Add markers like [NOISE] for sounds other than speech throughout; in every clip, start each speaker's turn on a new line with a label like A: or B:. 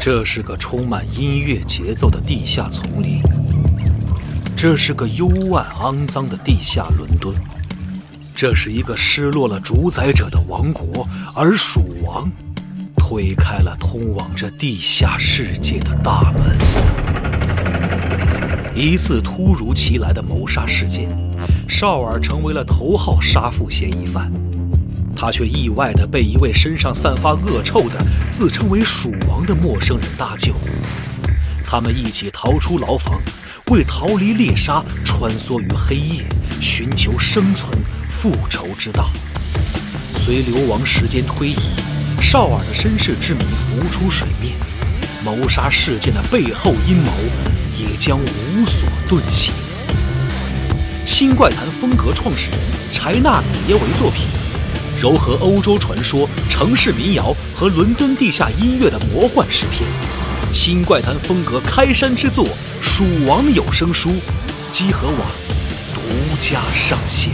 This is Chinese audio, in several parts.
A: 这是个充满音乐节奏的地下丛林，这是个幽暗肮脏的地下伦敦，这是一个失落了主宰者的王国，而蜀王推开了通往这地下世界的大门。一次突如其来的谋杀事件，绍尔成为了头号杀父嫌疑犯。他却意外地被一位身上散发恶臭的、自称为蜀王的陌生人搭救。他们一起逃出牢房，为逃离猎杀穿梭于黑夜，寻求生存、复仇之道。随流亡时间推移，绍尔的身世之谜浮出水面，谋杀事件的背后阴谋也将无所遁形。新怪谈风格创始人柴纳米耶为作品。糅合欧洲传说、城市民谣和伦敦地下音乐的魔幻诗篇，新怪谈风格开山之作《蜀王有声书》，积禾网独家上线。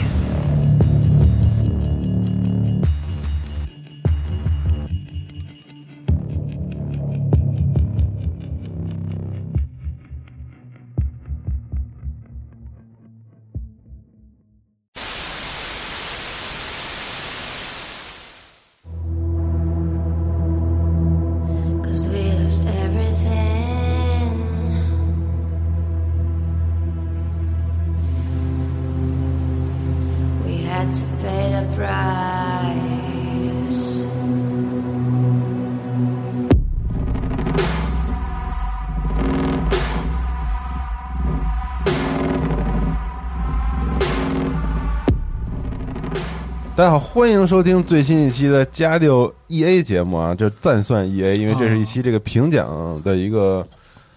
B: Cause we lost everything. We had to pay the price.
C: 大家好，欢迎收听最新一期的《家六 E A》节目啊，就暂算 E
D: 哦
C: A，因为这是一期这个评奖的一个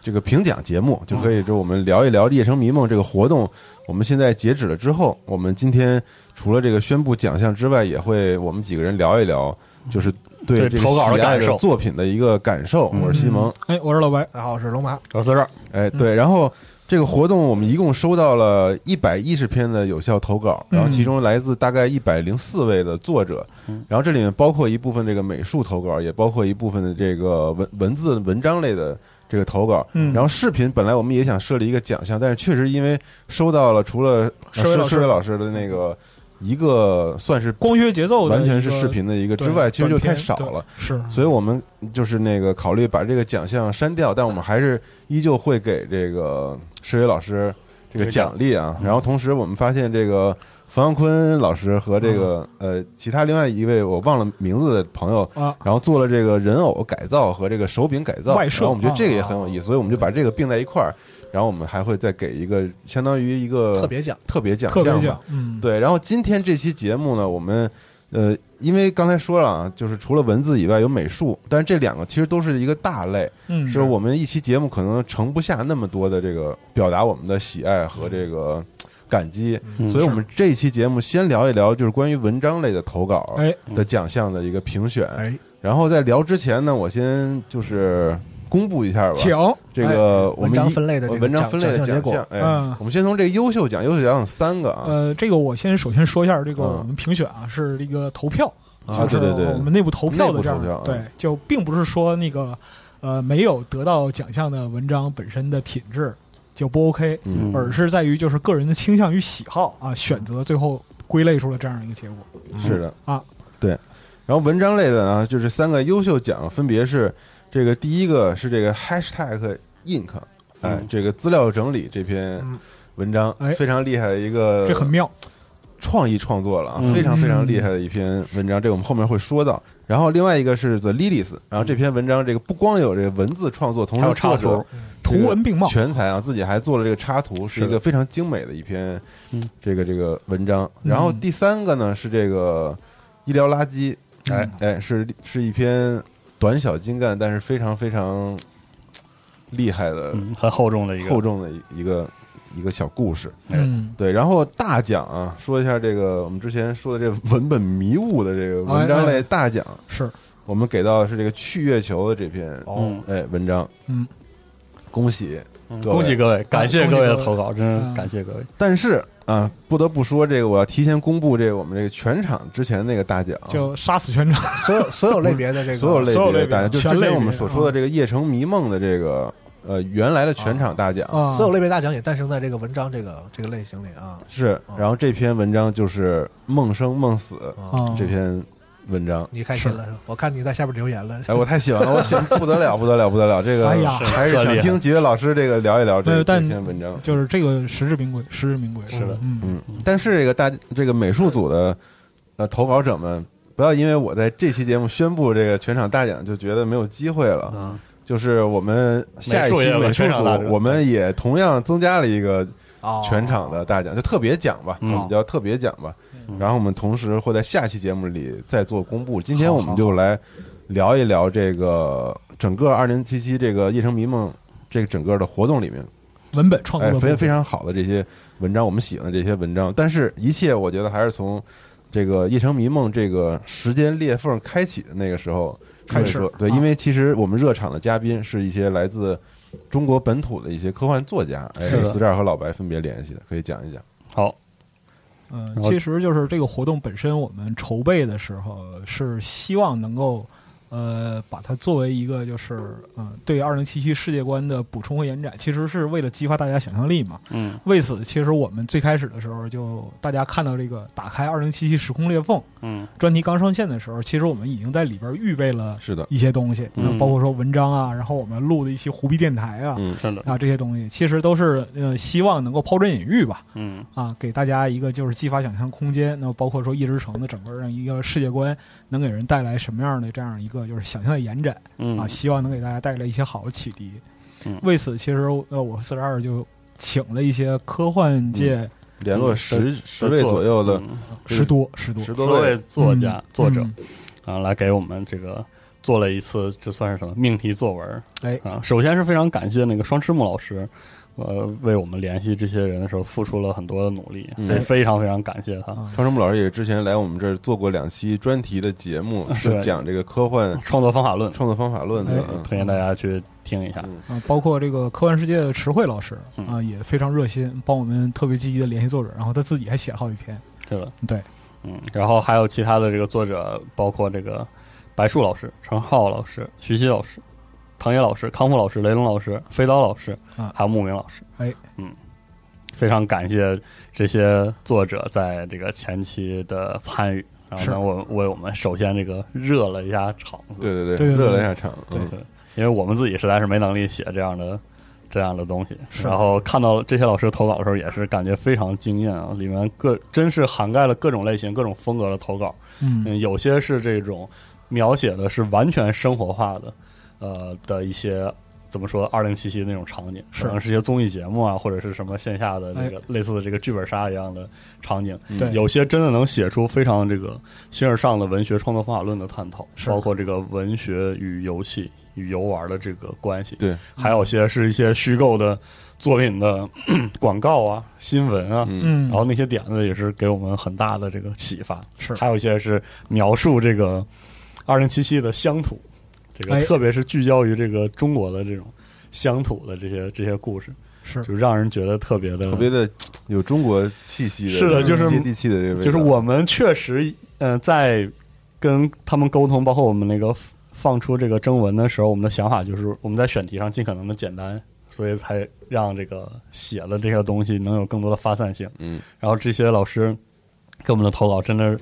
C: 这个评奖节
D: 哦
C: 目，就可以就我们聊一聊《夜城迷梦》这个活动。我们现在截止了之后，我们今天除了这个宣布奖项之外，也会我们几个人聊一聊，就是对这
D: 对
C: 个
D: 投稿的
C: 喜爱
D: 感受嗯
C: 作品的一个感受。我是西蒙，
E: 哎，我是老白，
F: 大家好，我是龙马。
D: 我四十，
C: 哎，
E: 嗯
C: 对，然后这个活动我们一共收到了一百一十篇的有效投稿，然后其
E: 嗯
C: 中来自大概一百零四位的作者，然后这里面包括一部分这个美术投稿，也包括一部分的这个文文字文章类的。这个投稿，
E: 嗯
C: 然后视频本来我们也想设立一个奖项，但是确实因为收到了除了
E: 社委
C: 呃
E: 老
C: 社
E: 师
C: 社委老师的那个一个算是
E: 光学节奏的
C: 完全
E: 一
C: 是
E: 个
C: 视频的一个之
E: 对
C: 外，其实就
E: 短
C: 太
E: 片
C: 少
E: 对
C: 了。
E: 是
C: 所以我们就是那个考虑把这个奖项删掉，但我们还是依旧会给这个石伟老师这个奖励啊。
E: 嗯
C: 然后同时我们发现这个冯阳坤老师和这个、呃其他另外一位我忘了名字的朋友。
E: 嗯啊，
C: 然后做了这个人偶改造和这个手柄改造，
E: 外设啊
C: 然后我们觉得这个也很有意思，所以我们就把这个并在一块儿，然后我们还会再给一个相当于一个
F: 特别奖，
C: 特别奖
E: 特别
C: 项吧
E: 奖，，嗯，
C: 对，然后今天这期节目呢，我们呃，因为刚才说了啊，就是除了文字以外有美术，但是这两个其实都是一个大类，
E: 嗯，
C: 是我们一期节目可能盛不下那么多的这个表达我们的喜爱和这个感激，
F: 嗯
C: 所以我们这一期节目先聊一聊就是关于文章类的投稿
E: 哎
C: 的奖项的一个评选，
F: 哎，
C: 然后在聊之前呢，我先就是公布一下吧，
E: 请
C: 这个我们
F: 哎文章
C: 一
F: 分类的这个
C: 文章
F: 奖
C: 分类的
F: 奖项
C: 奖
F: 结果嗯
C: 项，哎
E: 嗯，
C: 我们先从这个优秀奖，优秀奖有三个啊，
E: 呃，这个我先首先说一下，这个
C: 嗯
E: 我们评选啊是一个投票，
C: 啊
E: 就是
C: 对对对
E: 我们内部投票的这
C: 内部投票
E: 样，
C: 嗯
E: 对，就并不是说那个呃没有得到奖项的文章本身的品质就不 OK，
C: 嗯
E: 而是在于就是个人的倾向与喜好啊选择，最后归类出了这样一个结果。
C: 嗯是的
E: 啊，
C: 对。然后文章类的呢，就是三个优秀奖，分别是这个第一个是这个 hashtag ink，哎，这个资料整理这篇
F: 嗯
C: 文章、
E: 哎
C: 非常厉害的一个
E: 这很妙，
C: 创意创作了啊，
D: 嗯
C: 非常非常厉害的一篇文章，这个我们后面会说到。然后另外一个是 The Lilies，然后这篇文章这个不光有这个文字创作，同
D: 还有
C: 时
D: 插
C: 作者这
D: 图，
C: 个
E: 图文并茂，
C: 全才啊，自己还做了这个插图，是一
D: 是
C: 个非常精美的一篇
D: 嗯
C: 这个这个文章。然后第三个呢是这个医疗垃圾，哎哎，是是一篇短小精干，但是非常非常厉害的
D: 嗯，很厚重的一个
C: 厚重的一一个一个小故事。
E: 嗯，
C: 对，然后大奖啊，说一下这个我们之前说的这文本迷雾的这个文章
E: 哎
C: 类
E: 哎
C: 大奖，
E: 是
C: 我们给到的是这个去月球的这篇
F: 哦，
C: 哎文章，
E: 嗯，
C: 恭喜
D: 嗯
C: 各位
D: 恭喜各位，感谢各位的投稿，真
E: 嗯
D: 是感谢各位。
C: 但是啊，不得不说这个，我要提前公布这个我们这个全场之前那个大奖，
E: 就杀死全场，
F: 所有所有类别的这个
C: 所有类
E: 所有
C: 别的
E: 类别
C: 大奖，就
E: 全
C: 之前
E: 类
C: 我们
E: 别嗯
C: 所说的这个夜城迷梦的这个呃原来的全场大奖
E: 啊，
F: 所有类别大奖也诞生在这个文章这个这个类型里啊。
C: 是，然后这篇文章就是梦生梦死
F: 啊，
E: 啊
C: 这篇文章。
F: 你开心了是吧？我看你在下边留言了，
C: 哎，我太喜欢了，我喜欢不得了，不得了，不得了！这个
E: 哎呀
C: 还是想听几位老师这个聊一聊
E: 没
C: 这
E: 有
C: 这
E: 但
C: 篇文章。
E: 就是这个实至名归，实至名归，
D: 是的
E: 嗯，
C: 嗯，但是这个大这个美术组的呃投稿者们，不要因为我在这期节目宣布这个全场大奖就觉得没有机会了。
F: 啊
C: 就是我们下一期
D: 美术也有
C: 美术
D: 全场大
C: 组，
D: 奖
C: 我们也同样增加了一个
F: 哦，
C: 全场的大奖，就特别奖吧，我
D: 嗯
C: 们叫特别奖吧。然后我们同时会在下期节目里再做公布。今天我们就来聊一聊这个整个二零七七这个夜城迷梦这个整个的活动里面，
E: 文本创
C: 哎
E: 作，的部
C: 非
E: 分
C: 非常好的这些文章，我们喜欢的这些文章。但是，一切我觉得还是从这个夜城迷梦这个时间裂缝开启的那个时候
E: 开
C: 所以
E: 始
C: 说对，
E: 啊
C: 因为其实我们热场的嘉宾是一些来自。中国本土的一些科幻作家，哎
D: 是，的
C: 四十二和老白分别联系的，可以讲一讲。
D: 好，
E: 嗯，
D: 然后
E: 其实就是这个活动本身，我们筹备的时候是希望能够，呃，把它作为一个就是，嗯、对二零七七世界观的补充和延展，其实是为了激发大家想象力嘛。
D: 嗯
E: 为此，其实我们最开始的时候就大家看到这个打开二零七七时空裂缝
D: 嗯
E: 专题刚上线的时候，其实我们已经在里边预备了
C: 是的，
E: 一些东西，
D: 嗯
E: 包括说文章啊，然后我们录的一期胡逼电台啊。
C: 嗯，
D: 真的，
E: 啊，这些东西其实都是呃，希望能够抛砖引玉吧，
D: 嗯
E: 啊，给大家一个就是激发想象空间。那么包括说一之城的整个让一个世界观能给人带来什么样的这样一个就是想象的延展
D: 嗯
E: 啊，希望能给大家带来一些好的启迪
D: 嗯。
E: 为此，其实呃，我四十二就请了一些科幻界
C: 联络十十位左右嗯的
D: 嗯
E: 十多十多
C: 十
D: 十
C: 多
D: 多位
C: 位，
D: 作家
E: 嗯
D: 作者
E: 嗯
D: 啊，来给我们这个做了一次，这算是什么命题作文？
E: 哎
D: 啊，首先是非常感谢那个双翅木老师，呃，为我们联系这些人的时候付出了很多的努力，
C: 嗯
D: 非非常非常感谢他。
E: 啊
C: 方生木老师也之前来我们这儿做过两期专题的节目，
D: 是
C: 是讲这个科幻
D: 创作方法论，
C: 创作方法论的
E: 哎。
C: 嗯
D: 推荐大家去听一下。
E: 啊，包括这个科幻世界的池慧老师
D: 嗯
E: 啊，也非常热心，帮我们特别积极的联系作者，然后他自己还写了好几篇。
D: 是的，
E: 对，
D: 嗯，然后还有其他的这个作者，包括这个白树老师、程浩老师、徐熙老师、唐野老师、康复老师、雷龙老师、飞刀老师，
E: 啊
D: 还有慕名老师。
E: 哎，
D: 嗯，非常感谢这些作者在这个前期的参与，然后
E: 是
D: 呢，我为我们首先这个热了一下场子，
C: 对对
E: 对对对
C: 热了一下场。
E: 对
C: 嗯
D: 对，因为我们自己实在是没能力写这样的这样的东西。
E: 是
D: 然后看到这些老师投稿的时候，也是感觉非常惊艳啊！里面各真是涵盖了各种类型、各种风格的投稿。
E: 嗯
D: 嗯，有些是这种描写的是完全生活化的，呃的一些。怎么说？二零七七那种场景，
E: 是哎
D: 可能是一些综艺节目啊，或者是什么线下的那个类似的这个剧本杀一样的场景。
E: 对
D: 有些真的能写出非常这个形而上的文学创作方法论的探讨，
E: 是
D: 包括这个文学与游戏与游玩的这个关系。
C: 对，
D: 还有些是一些虚构的作品的 [CLEARS THROAT] 广告啊、新闻啊，
C: 嗯
E: 嗯，
D: 然后那些点子也是给我们很大的这个启发。
E: 是
D: 还有一些是描述这个二零七七的乡土，这个
E: 哎
D: 特别是聚焦于这个中国的这种乡土的这些这些故事，
E: 是
D: 就让人觉得特别的
C: 特别的有中国气息的，
D: 嗯是的就是
C: 接地气的这个味道，
D: 就是我们确实，呃，在跟他们沟通，包括我们那个放出这个征文的时候，我们的想法就是我们在选题上尽可能的简单，所以才让这个写的这些东西能有更多的发散性。
C: 嗯，
D: 然后这些老师给我们的投稿，真的是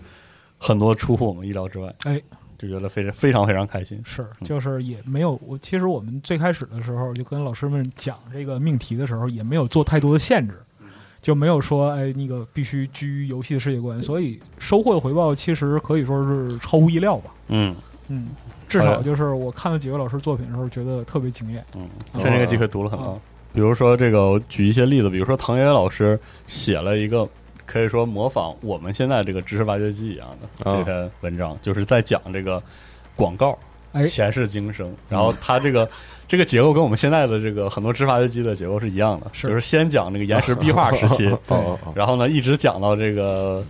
D: 很多出乎我们意料之外，
E: 哎，
D: 就觉得非常非常非常开心。
E: 是，
D: 嗯
E: 就是也没有我。其实我们最开始的时候就跟老师们讲这个命题的时候，也没有做太多的限制，
D: 嗯
E: 就没有说哎那个必须居于游戏的世界观，所以收获的回报其实可以说是超乎意料吧。
D: 嗯
E: 嗯，至
D: 好
E: 少
D: 呀
E: 就是我看了几位老师作品的时候，觉得特别惊艳。
D: 嗯，
E: 啊
D: 趁这个机会读了很多。比如说这个，我举一些例子，比如说唐野老师写了一个可以说模仿我们现在这个知识挖掘机一样的
C: 啊
D: 这篇文章，就是在讲这个广告
E: 哎
D: 前世今生。然后它这个这个结构跟我们现在的这个很多知识挖掘机的结构是一样的，
E: 是
D: 就是先讲这个岩石壁画时期，
C: [LAUGHS] 哦哦哦
D: 然后呢一直讲到这个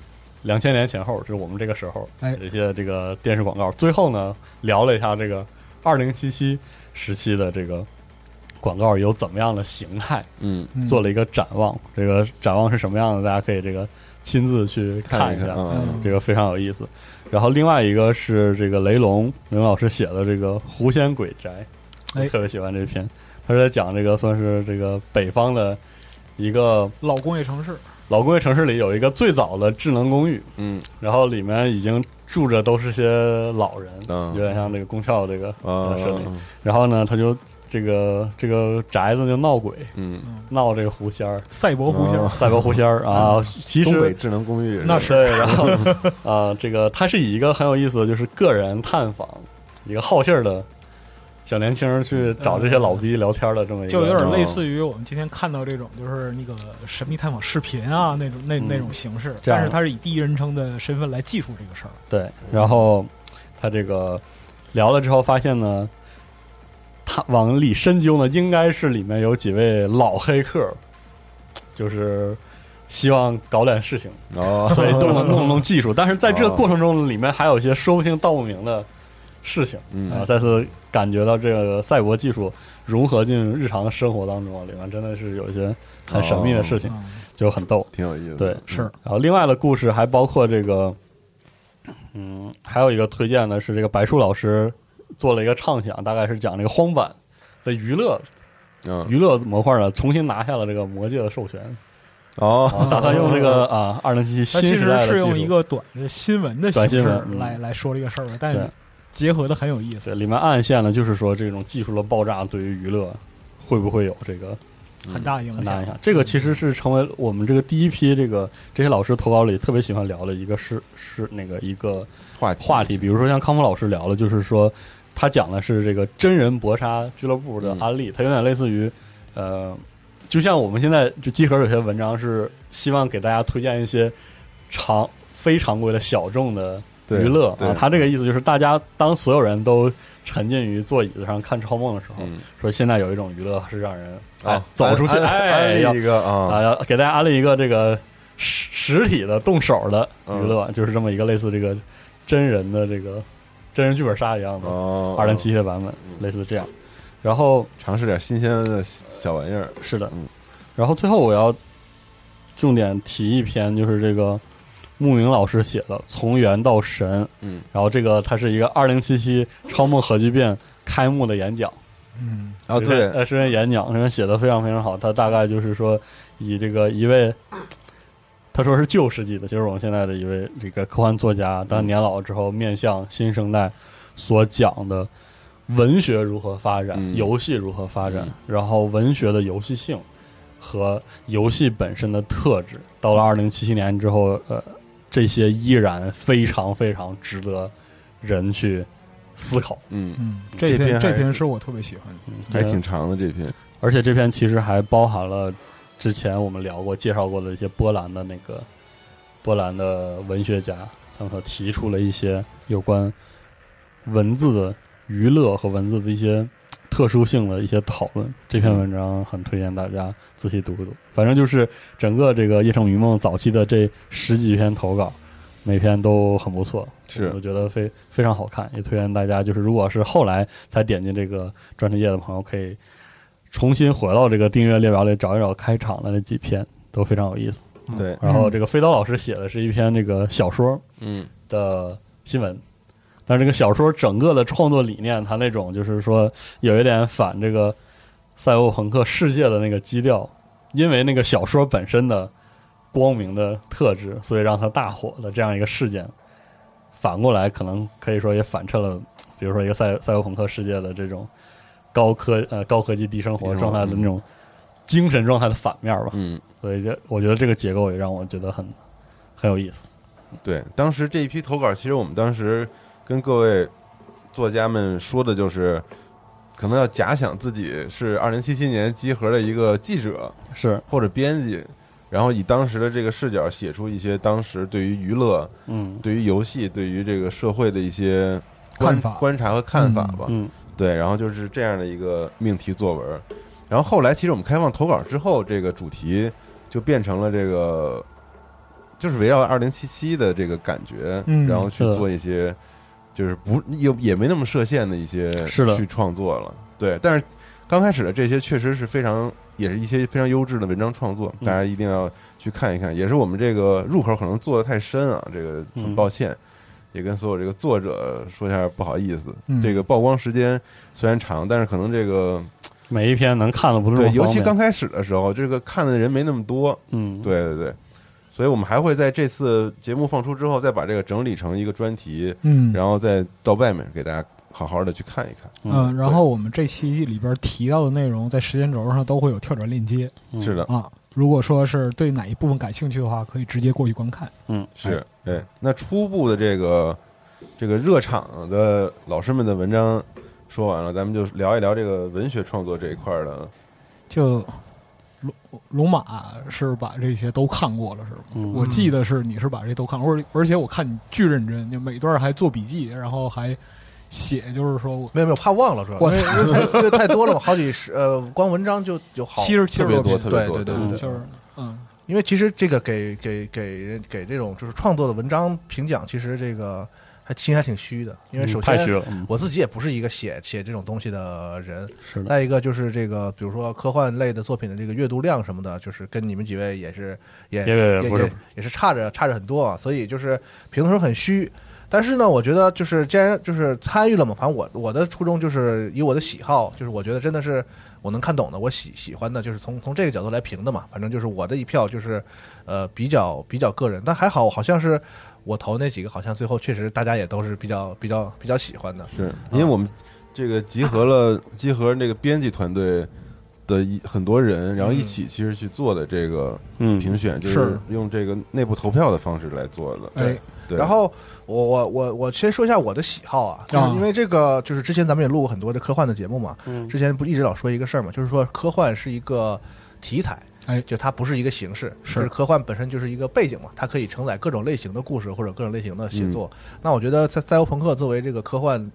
D: 两千年前后，就是我们这个时候，
E: 哎
D: 这些这个电视广告。最后呢，聊了一下这个二零七七时期的这个广告有怎么样的形态，
C: 嗯，
E: 嗯
D: 做了一个展望。这个展望是什么样的？大家可以这个亲自去看
C: 一
D: 一下，
C: 啊，
E: 嗯
D: 这个非常有意思。然后另外一个是这个雷龙雷龙老师写的这个《狐仙鬼宅》，
E: 哎
D: 我特别喜欢这篇。他是在讲这个算是这个北方的一个
E: 老工业城市，
D: 老工业城市里有一个最早的智能公寓，
C: 嗯
D: 然后里面已经住着都是些老人，
C: 嗯
D: 有点像这个公校这个
C: 啊
D: 呃设定。然后呢，他就这个这个宅子就闹鬼，
C: 嗯，
D: 闹这个狐仙儿，
E: 赛博狐仙儿
C: 哦
D: 赛博狐仙儿啊。其
C: 东北
D: 实
C: 智能公寓
E: 那
D: 对，然后 [LAUGHS] 啊，这个他是以一个很有意思的，就是个人探访，一个好信儿的小年轻儿去找这些老逼聊天儿的这么一个，
E: 嗯就有点类似于我们今天看到这种，就是那个神秘探访视频啊那种那
D: 嗯
E: 那种形式，
D: 这样
E: 但是它是以第一人称的身份来记述这个事儿。
D: 对，然后他这个聊了之后发现呢，他往里深究呢，应该是里面有几位老黑客，就是希望搞点事情，
C: [LAUGHS] 哦，
D: 所以动了弄了弄技术。但是在这个
C: 哦
D: 过程中，里面还有一些说不清道不明的事情
C: 嗯
D: 啊。再次感觉到这个赛博技术融合进日常生活当中，里面真的是有一些很神秘的事情，
E: 嗯，
D: 就很逗。
C: 挺有意思的，嗯
D: 对
E: 是
D: 然后另外的故事还包括这个，嗯，还有一个推荐的是这个白树老师做了一个畅想，大概是讲这个荒坂的娱乐
C: 嗯，
D: 娱乐模块呢，重新拿下了这个魔界的授权，
C: 哦，
D: 打算用这个啊二零七
E: 它
D: 七
E: 其
D: 新时
E: 实
D: 代
E: 是
D: 的
E: 用
D: 技
E: 一
D: 术，
E: 个短的新闻的形
D: 短
E: 式
D: 新闻嗯
E: 来来说这个事儿吧，但
D: 对
E: 是结合的很有意思。
D: 对，里面暗线呢就是说这种技术的爆炸对于娱乐会不会有这个
E: 很大影
D: 嗯很大
E: 响
D: 影。响？这个其实是成为我们这个第一批这个这些老师投稿里特别喜欢聊的一个是是那个一个
C: 话题
D: 话题，比如说像康峰老师聊了，就是说他讲的是这个真人搏杀俱乐部
C: 嗯
D: 的案例，它有点类似于呃，就像我们现在就集合有些文章是希望给大家推荐一些常非常规的小众的
C: 对
D: 娱乐
C: 对
D: 啊，他这个意思就是大家当所有人都沉浸于坐椅子上看超梦的时候，
C: 嗯，
D: 说现在有一种娱乐是让人哎
C: 啊
D: 走出去，
C: 安安
D: 哎
C: 安
D: 要
C: 利一个啊，
D: 啊，要给大家安利一个这个实实体的动手的
C: 嗯
D: 娱乐，就是这么一个类似这个真人的这个真人剧本杀一样的
C: 哦，
D: 二零七的版本，类似这样。然后
C: 尝试点新鲜的小玩意儿，
D: 是的
C: 嗯，
D: 然后最后我要重点提一篇，就是这个慕名老师写的《从猿到神》，
C: 嗯，
D: 然后这个它是一个二零七七超梦核聚变开幕的演讲。
E: 嗯，
C: 啊，对，
D: 呃，是篇演讲，这篇写的非常非常好。他大概就是说，以这个一位，他说是旧世纪的，就是我们现在的一位这个科幻作家，当年老之后面向新生代所讲的文学如何发展，
C: 嗯
D: 游戏如何发展，
C: 嗯
D: 然后文学的游戏性和游戏本身的特质。到了二零七七年之后，呃，这些依然非常非常值得人去思考。
C: 嗯，
E: 嗯，
C: 这
E: 这
C: 篇
E: 篇
C: 还
E: 这
C: 是
E: 篇是我特别喜欢的。
D: 嗯
C: 还挺长的这篇，
D: 而且这篇其实还包含了之前我们聊过、介绍过的一些波兰的那个波兰的文学家，他们所提出了一些有关文字的娱乐和文字的一些特殊性的一些讨论。这篇文章很推荐大家仔细读一读。反正就是整个这个《夜城迷梦》早期的这十几篇投稿，每篇都很不错，
C: 是
D: 我觉得非非常好看，也推荐大家就是如果是后来才点进这个专题页的朋友，可以重新回到这个订阅列表里找一找开场的那几篇，都非常有意思。
C: 对，
D: 然后这个飞刀老师写的是一篇这个小说
C: 嗯
D: 的新闻。但是这个小说整个的创作理念，它那种就是说有一点反这个赛博朋克世界的那个基调，因为那个小说本身的光明的特质，所以让它大火的这样一个事件，反过来可能可以说也反衬了，比如说一个赛赛博朋克世界的这种高科呃高科技低生活状态的那种精神状态的反面吧。
C: 嗯，
D: 所以这我觉得这个结构也让我觉得很很有意思。
C: 对，当时这一批投稿，其实我们当时跟各位作家们说的就是，可能要假想自己是二零七七年集合的一个记者
D: 是，
C: 或者编辑，然后以当时的这个视角写出一些当时对于娱乐、
D: 嗯
C: 对于游戏、对于这个社会的一些观
E: 看法
C: 观察和看法吧。
D: 嗯
C: 对，然后就是这样的一个命题作文。然后后来，其实我们开放投稿之后，这个主题就变成了这个，就是围绕二零七七的这个感觉，
E: 嗯
C: 然后去
D: 是的
C: 做一些，就是不也也没那么设限的一些
D: 是的
C: 去创作了。对，但是刚开始的这些确实是非常，也是一些非常优质的文章创作，
D: 嗯
C: 大家一定要去看一看。也是我们这个入口可能做的太深啊，这个很
D: 嗯
C: 抱歉，也跟所有这个作者说一下不好意思。
E: 嗯
C: 这个曝光时间虽然长，但是可能这个
D: 每一篇能看的不是那
C: 对，
D: 么
C: 尤其
D: 方便
C: 刚开始的时候，这个看的人没那么多。
D: 嗯
C: 对对对，所以我们还会在这次节目放出之后，再把这个整理成一个专题，
E: 嗯
C: 然后再到外面给大家好好的去看一看。
E: 嗯，然后我们这期里边提到的内容，在时间轴上都会有跳转链接
D: 嗯
C: 是的，
E: 啊。如果说是对哪一部分感兴趣的话，可以直接过去观看。
D: 嗯
F: 哎
C: 是，对。那初步的这个这个热场的老师们的文章说完了，咱们就聊一聊这个文学创作这一块儿的。
E: 就龙龙马是把这些都看过了，是吗？
D: 嗯
E: 我记得是你是把这都看过，而而且我看你巨认真，就每段还做笔记，然后还写，就是说我
F: 没有没有，怕忘了主要，
E: 我
F: 因为因为太因为太多了，我好几十呃，光文章就有好
E: 七十七
C: 特
E: 十
C: 别
E: 篇
C: 多，，特别
F: 对
C: 多，特
F: 对对
C: 别
D: 对
C: 多
D: 对
E: 就是嗯
F: 因为其实这个给给给人给这种就是创作的文章评奖，其实这个还心还挺虚的，因为首
D: 太虚
F: 先
D: 了，嗯
F: 我自己也不是一个写写这种东西的人，
D: 是的，
F: 再一个就是这个，比如说科幻类的作品的这个阅读量什么的，就是跟你们几位也是也
D: 别别别
F: 也
D: 不是
F: 也也是差着差着很多啊，所以就是评的时候很虚。但是呢，我觉得就是既然就是参与了嘛，反正我我的初衷就是以我的喜好，就是我觉得真的是我能看懂的，我喜喜欢的，就是从从这个角度来评的嘛。反正就是我的一票就是呃比较比较个人，但还好好像是我投那几个，好像最后确实大家也都是比较比较比较喜欢的。
C: 是因为我们这个集合了集合那个编辑团队。的一很多人，然后一
F: 嗯
C: 起其实去做的这个
D: 嗯
C: 评选，就是是用这个内部投票的方式来做的。
E: 哎
C: 对，
F: 然后我我我我先说一下我的喜好啊，就是
E: 啊
F: 因为这个就是之前咱们也录过很多的科幻的节目嘛，
D: 嗯
F: 之前不一直老说一个事儿嘛，就是说科幻是一个题材，
E: 哎
F: 就它不是一个形式，
E: 是
F: 就是科幻本身就是一个背景嘛，它可以承载各种类型的故事或者各种类型的写作。那我觉得在赛博朋克作为这个科幻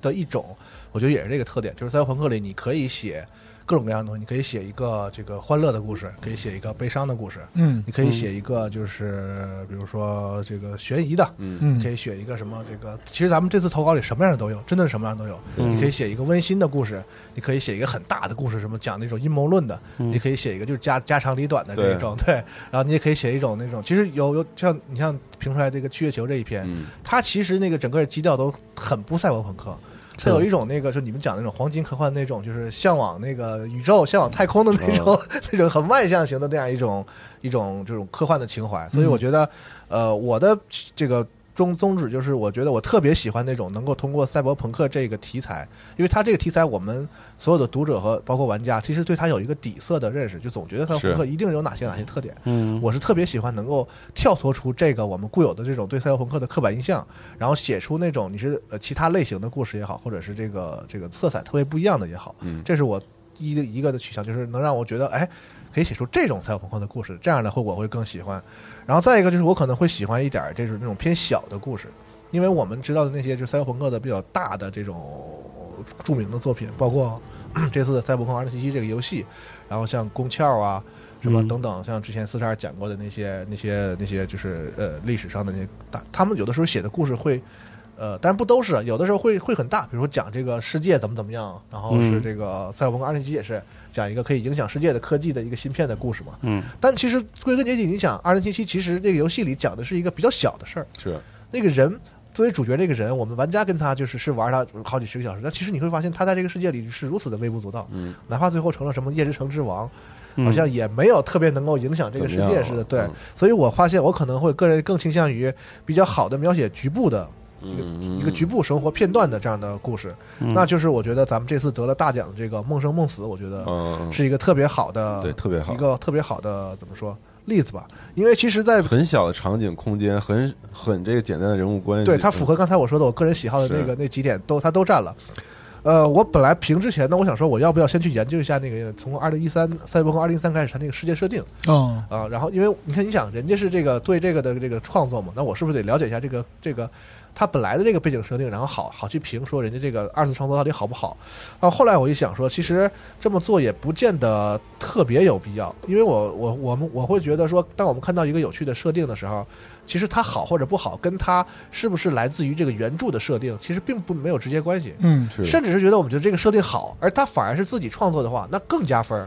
F: 的一种，我觉得也是这个特点，就是赛博朋克里你可以写各种各样的东西，你可以写一个这个欢乐的故事，可以写一个悲伤的故事，
E: 嗯
F: 你可以写一个就是比如说这个悬疑的，
E: 嗯
F: 可以写一个什么这个，其实咱们这次投稿里什么样的都有，真的是什么样的都有。
D: 嗯
F: 你可以写一个温馨的故事，你可以写一个很大的故事，什么讲那种阴谋论的，你可以写一个就是家家长里短的这
C: 对
F: 一种，对。然后你也可以写一种那种，其实有有像你像评出来这个《去月球》这一篇，
C: 嗯，
F: 它其实那个整个基调都很不赛博朋克。它有一种那个，就你们讲的那种黄金科幻那种，就是向往那个宇宙、向往太空的那种、 [LAUGHS] 那种很外向型的那样一种一种这种科幻的情怀。所以我觉得，呃，我的这个宗宗旨就是，我觉得我特别喜欢那种能够通过赛博朋克这个题材，因为它这个题材，我们所有的读者和包括玩家，其实对它有一个底色的认识，就总觉得赛博朋克一定有哪些哪些特点。
D: 嗯
F: 我是特别喜欢能够跳脱出这个我们固有的这种对赛博朋克的刻板印象，然后写出那种你是呃其他类型的故事也好，或者是这个这个色彩特别不一样的也好，
C: 嗯
F: 这是我一个一个的取向，就是能让我觉得哎，可以写出这种赛博朋克的故事，这样的会我会更喜欢。然后再一个就是我可能会喜欢一点儿这种那种偏小的故事，因为我们知道的那些就是赛博朋克的比较大的这种著名的作品，包括 [CLEARS THROAT] 这次的《赛博朋克2077》这个游戏，然后像《宫壳》啊。什么
D: 嗯
F: 等等，像之前四十二讲过的那些、那些、那些，就是呃，历史上的那些大，他们有的时候写的故事会，呃，当然不都是啊，有的时候会会很大，比如说讲这个世界怎么怎么样，然后是
D: 嗯
F: 这个《赛博朋克2077》也是讲一个可以影响世界的科技的一个芯片的故事嘛。
D: 嗯
F: 但其实归根结底，你想，二零七七其实这个游戏里讲的是一个比较小的事儿。
C: 是
F: 那个人作为主角，那个人，我们玩家跟他就是是玩他好几十个小时，但其实你会发现，他在这个世界里是如此的微不足道。
C: 嗯，
F: 哪怕最后成了什么夜之城之王，
D: 嗯
F: 好像也没有特别能够影响这个世
C: 啊
F: 界似的。对，
C: 嗯
F: 所以我发现我可能会个人更倾向于比较好的描写局部的一个
C: 嗯
F: 一个局部生活片段的这样的故事。
D: 嗯
F: 那就是我觉得咱们这次得了大奖的这个《梦生梦死》，我觉得
C: 嗯，嗯
F: 是一个特别好的，
C: 对特别好
F: 一个特别好的怎么说例子吧？因为其实在，
C: 很小的场景空间，很很这个简单的人物关系，
F: 对它符合刚才我说的我个人喜好的那个那几点都它都占了。呃，我本来评之前呢，我想说我要不要先去研究一下那个从二零一三赛博朋克二零一三开始它那个世界设定
E: 嗯
F: 啊、然后因为你看你想人家是这个对这个的这个创作嘛，那我是不是得了解一下这个这个它本来的这个背景设定，然后好好去评说人家这个二次创作到底好不好。啊，后来我一想说，其实这么做也不见得特别有必要，因为我我我们我会觉得说，当我们看到一个有趣的设定的时候，其实它好或者不好，跟它是不是来自于这个原著的设定，其实并不没有直接关系。
E: 嗯，
C: 是
F: 甚至是觉得我们觉得这个设定好，而他反而是自己创作的话，那更加分儿。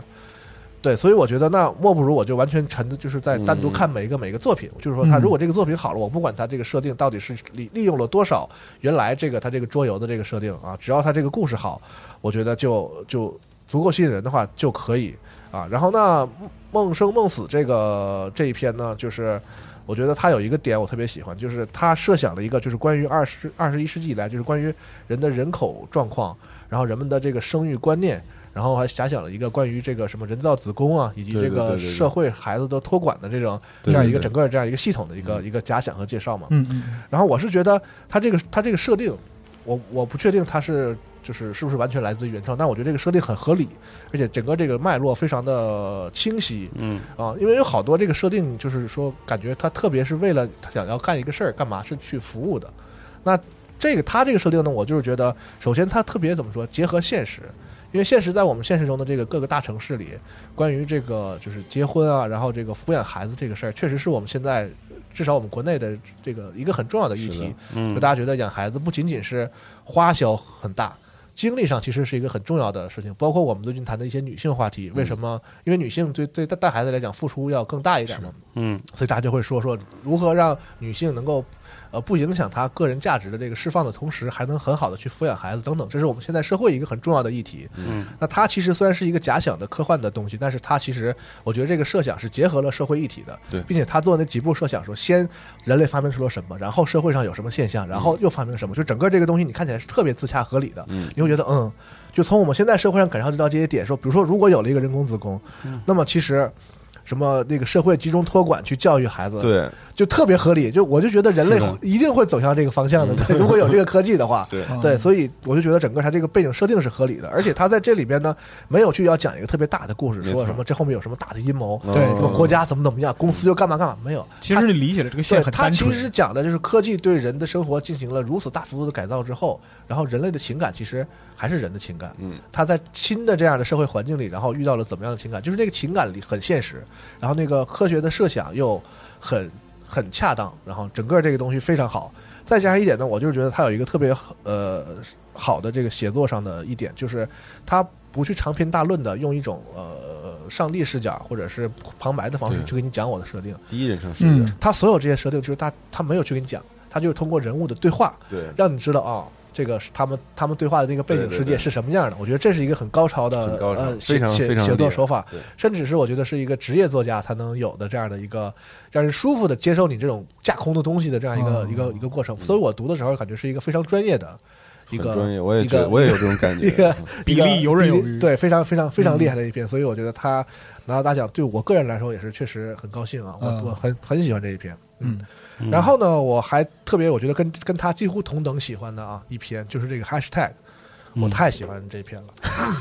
F: 对，所以我觉得那莫不如我就完全沉，就是在单独看每一个每一个作品。就是说，他
E: 嗯
F: 如果这个作品好了，我不管他这个设定到底是利利用了多少原来这个他这个桌游的这个设定啊，只要他这个故事好，我觉得就就足够吸引人的话就可以啊。然后那梦生梦死这个这一篇呢，就是我觉得他有一个点我特别喜欢，就是他设想了一个就是关于二十二十一世纪以来就是关于人的人口状况，然后人们的这个生育观念，然后还遐想了一个关于这个什么人造子宫啊，以及
C: 对对
F: 这
C: 对
F: 个
C: 对嗯对
F: 社会孩子的托管的这种这
C: 对
F: 样一
C: 对
F: 个
C: 对
F: 整个这样一个系统的一个一个假想和介绍嘛。
E: 嗯嗯
F: 然后我是觉得他这个他这个设定，我我不确定他是就是是不是完全来自于原创，但我觉得这个设定很合理，而且整个这个脉络非常的清晰
D: 嗯，
F: 啊、因为有好多这个设定就是说感觉他特别是为了他想要干一个事儿，干嘛是去服务的。那这个他这个设定呢，我就是觉得首先他特别怎么说，结合现实。因为现实在我们现实中的这个各个大城市里，关于这个就是结婚啊，然后这个抚养孩子这个事儿，确实是我们现在至少我们国内的这个一个很重要的议
C: 是的
F: 题。
D: 嗯
F: 就大家觉得养孩子不仅仅是花销很大，精力上其实是一个很重要的事情。包括我们最近谈的一些女性话题，为什么？
C: 嗯
F: 因为女性对对带带孩子来讲付出要更大一点嘛，
D: 嗯
F: 所以大家就会说说如何让女性能够。呃，不影响她个人价值的这个释放的同时，还能很好的去抚养孩子等等，这是我们现在社会一个很重要的议题。
D: 嗯，
F: 那它其实虽然是一个假想的科幻的东西，但是它其实我觉得这个设想是结合了社会议题的，
C: 对
F: 并且他做那几步设想说，先人类发明出了什么，然后社会上有什么现象，然后又发明什么，就整个这个东西你看起来是特别自洽合理的，
C: 嗯
F: 你会觉得嗯，就从我们现在社会上感受到这些点说，比如说如果有了一个人工子宫，
C: 嗯
F: 那么其实。什么那个社会集中托管去教育孩子，，
C: 对
F: 就特别合理。就我就觉得人类
D: 是的
F: 一定会走向这个方向的，对，如果有这个科技的话，
C: 嗯 [LAUGHS] 对
E: 嗯，
F: 对，所以我就觉得整个它这个背景设定是合理的，而且它在这里边呢，没有去要讲一个特别大的故事，
C: 没
F: 说
C: 错
F: 什么这后面有什么大的阴谋，
C: 嗯
E: 对
F: 什么国家怎么怎么样，公司又干嘛干嘛，没有。
E: 其实你理解了这个
F: 对
E: 线很
F: 它
E: 单
F: 其
E: 纯
F: 实，是讲的就是科技对人的生活进行了如此大幅度的改造之后，然后人类的情感其实还是人的情感，
C: 嗯，
F: 他在新的这样的社会环境里，然后遇到了怎么样的情感，就是那个情感里很现实，然后那个科学的设想又很很恰当，然后整个这个东西非常好。再加上一点呢，我就是觉得他有一个特别呃好的这个写作上的一点，就是他不去长篇大论的用一种呃上帝视角或者是旁白的方式
C: 对
F: 去给你讲我的设定。
C: 第一人称视角，
E: 嗯
F: 他所有这些设定，就是他他没有去跟你讲，他就是通过人物的对话，
C: 对，
F: 让你知道啊、这个是他们他们对话的那个背景
C: 对对
F: 世界
C: 对
F: 是什么样的。我觉得这是一个很高超的
C: 很高超
F: 呃
C: 非
F: 写
C: 常
F: 写
C: 非常
F: 写
C: 厉
F: 作
C: 害
F: 手法
C: 对，
F: 甚至是我觉得是一个职业作家才能有的这样的一个让人舒服的接受你这种架空的东西的这样一个、
C: 嗯
E: 哦
F: 一个一个过程。所以我读的时候感觉是一个非常专业的一
C: 很
F: 个
C: 专业，我也
F: 一
C: 觉
F: 个
C: 得我也有这种感觉嗯
F: 一个，
E: 比例游刃有余。，嗯
F: 对，非常非常非常厉害的一篇，所以我觉得他拿到大奖，对我个人来说也是确实很高兴啊，我、
E: 嗯
F: 我很很喜欢这一篇。
E: 嗯，
D: 嗯
F: 然后呢，我还特别我觉得跟跟他几乎同等喜欢的啊一篇，就是这个 hashtag。我
D: 嗯
F: 太喜欢这篇了。 [LAUGHS]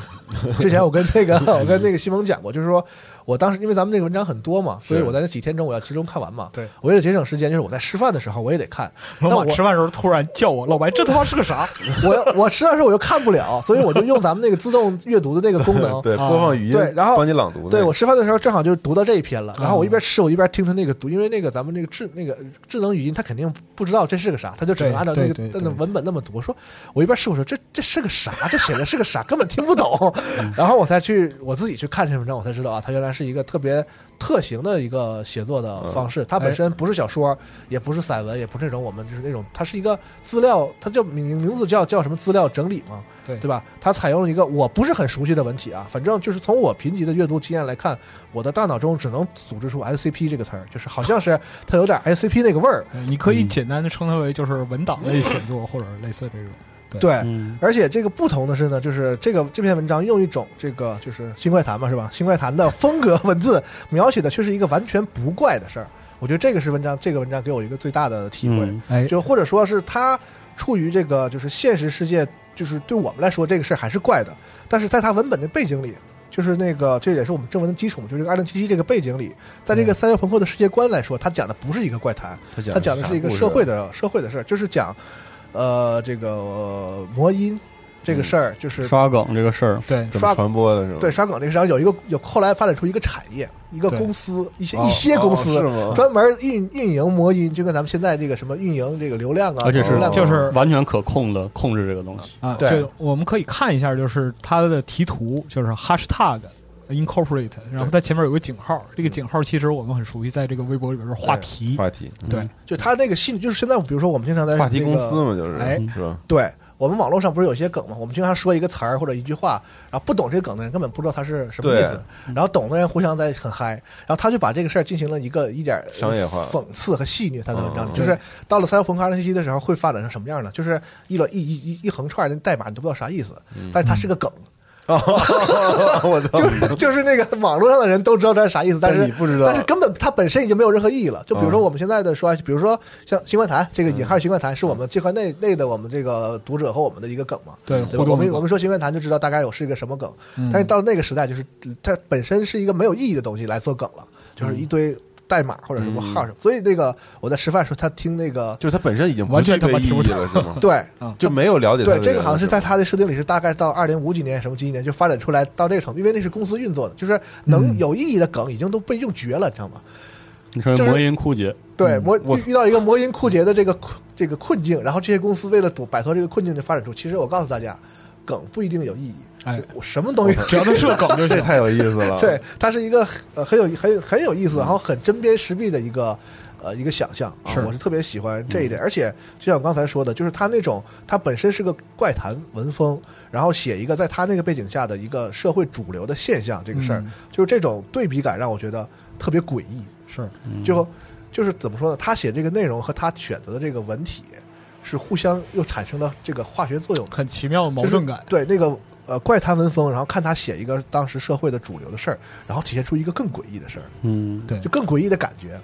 F: 之前我跟那个我跟那个西蒙讲过，就是说我当时因为咱们这个文章很多嘛，所以
C: 是
F: 我在那几天中我要集中看完嘛。
E: 对，
F: 我为了节省时间，就是我在吃饭的时候我也得看。那
E: 老
F: 我
E: 马吃饭的时候突然叫我，老白这他妈是个啥？
F: 我我吃饭的时候我又看不了，所以我就用咱们那个自动阅读的那个功
E: [LAUGHS]
F: 能，
C: 对，播放语音，
F: 哦对然后
C: 帮你朗读那个，
F: 对我吃饭的时候正好就读到这一篇了，然后我一
E: 嗯
F: 边吃我一边听他那个读，因为那个咱们那个智那个智能语音，他肯定不知道这是个啥，他就只能
E: 对
F: 按照那个
E: 对对
F: 那
E: 对
F: 文本那么读。我说我一边吃我说这这是个啥？这写的是个啥？根本听不懂。
E: 嗯
F: [LAUGHS] 然后我才去我自己去看这篇文章，我才知道啊，它原来是一个特别特型的一个写作
E: 嗯
F: 的方式，它
E: 哎
F: 本身不是小说，也不是散文，也不是那种我们就是那种，它是一个资料，它叫名名字叫叫什么资料整理嘛。
E: 对
F: 对吧？它采用了一个我不是很熟悉的文体啊，反正就是从我贫瘠的阅读经验来看，我的大脑中只能组织出 SCP 这个词儿，就是好像是它有点 SCP 那个味儿。
E: 你可以简单的称它为就是文档类写作或者类似这种。
F: 对，
D: 嗯
F: 而且这个不同的是呢，就是这个这篇文章用一种这个就是新怪谈嘛，是吧？新怪谈的风格文字描写的却是一个完全不怪的事儿。我觉得这个是文章，这个文章给我一个最大的体会。
D: 嗯
E: 哎，
F: 就或者说是他处于这个就是现实世界，就是对我们来说这个事儿还是怪的，但是在他文本的背景里，就是那个这也是我们正文的基础，就是这个二零七七这个背景里，在这个赛博朋克的世界观来说，它讲的不是一个怪谈，它讲的是一个社会
C: 的
F: 的社会的事儿，就是讲呃这个、呃魔音这个事儿，就是
D: 刷梗这个事儿，
E: 对
C: 怎么
F: 刷
C: 传播的是吗？
F: 对刷梗这个事儿，有一个有后来发展出一个产业，一个
E: 对
F: 公司，一些
C: 哦，
F: 一些公司
C: 哦是吗？
F: 专门运运营魔音，就跟咱们现在这个什么运营这个流量啊，
D: 而且是
F: 流量
E: 就是
D: 完全可控的控制这个东西。
E: 啊，
F: 对
E: 就我们可以看一下，就是它的题图，就是 hashtag incorporate，然后它前面有个井号，这个井号其实我们很熟悉，在这个微博里边是话题，
C: 话题，嗯
E: 对，
F: 就他那个心理，就是现在比如说我们经常在
C: 话题
F: 那
C: 公
F: 个
C: 司嘛，就是
E: 哎
C: 是吧？
F: 对我们网络上不是有些梗吗？我们经常说一个词儿或者一句话，然后不懂这个梗的人根本不知道它是什么意思，然后懂的人互相在很嗨，然后他就把这个事儿进行了一个一点儿
C: 商业化
F: 讽刺和戏谑他的文章
C: 嗯
F: 里，就是到了赛博朋克二零七七的时候会发展成什么样呢？就是一摞一一一一横串的代码你都不知道啥意思，但是它是个梗，
C: 嗯 [LAUGHS] 我操！
F: [LAUGHS] 就是就是那个网络上的人都知道它是啥意思，但
C: 但
F: 是
C: 你不知道
F: 但是根本它本身已经没有任何意义了。就比如说
C: 嗯
F: 我们现在的说，比如说像新冠坛这个引号新冠坛是我们这块内内的我们这个读者和我们的一个梗嘛，
E: 对
F: 吧
E: 互动
F: 我们
E: 梗
F: 我们说新冠坛就知道大概有是一个什么梗，
E: 嗯
F: 但是到那个时代就是它本身是一个没有意义的东西来做梗了，就是一堆代码或者什么号什么。所以那个我在吃饭的时候，他听那个
C: 就是它本身已经不
E: 完全
C: 具备
E: 他妈
C: 意
E: 听不
C: 义
E: 懂
C: 了，是吗？
F: 对。
C: 就没有了解它
F: 对，
C: 的
F: 这个好像是
C: 人
F: 在它的设定里是大概到二零五几年什么几几年就发展出来到这个程度，因为那是公司运作的，就是能有意义的梗已经都被用绝了，你知道吗？
D: 你说
F: 就是
D: 魔音枯竭，
F: 对，
E: 嗯
F: 魔
C: 我
F: 遇遇到一个魔音枯竭的这个困这个困境，然后这些公司为了躲摆脱这个困境，就发展出。其实我告诉大家，梗不一定有意义，
E: 哎，
F: 我什么东西，
E: 只要它是个梗就
C: [LAUGHS] 这
E: 行。
C: 太有意思了。
F: 对，它是一个呃很有很有很有意思，然后很针砭时弊的一个呃一个想象啊
E: 是，嗯
F: 我是特别喜欢这一点。而且就像我刚才说的，就是他那种他本身是个怪谈文风，然后写一个在他那个背景下的一个社会主流的现象这个事儿
E: 嗯，
F: 就是这种对比感让我觉得特别诡异。
E: 是，
F: 就就是怎么说呢？他写这个内容和他选择的这个文体是互相又产生了这个化学作用的，
E: 很奇妙的矛
F: 就是
E: 盾感。
F: 对那个呃怪谈文风，然后看他写一个当时社会的主流的事儿，然后体现出一个更诡异的事儿，
D: 嗯，
E: 对
F: 就更诡异的感觉。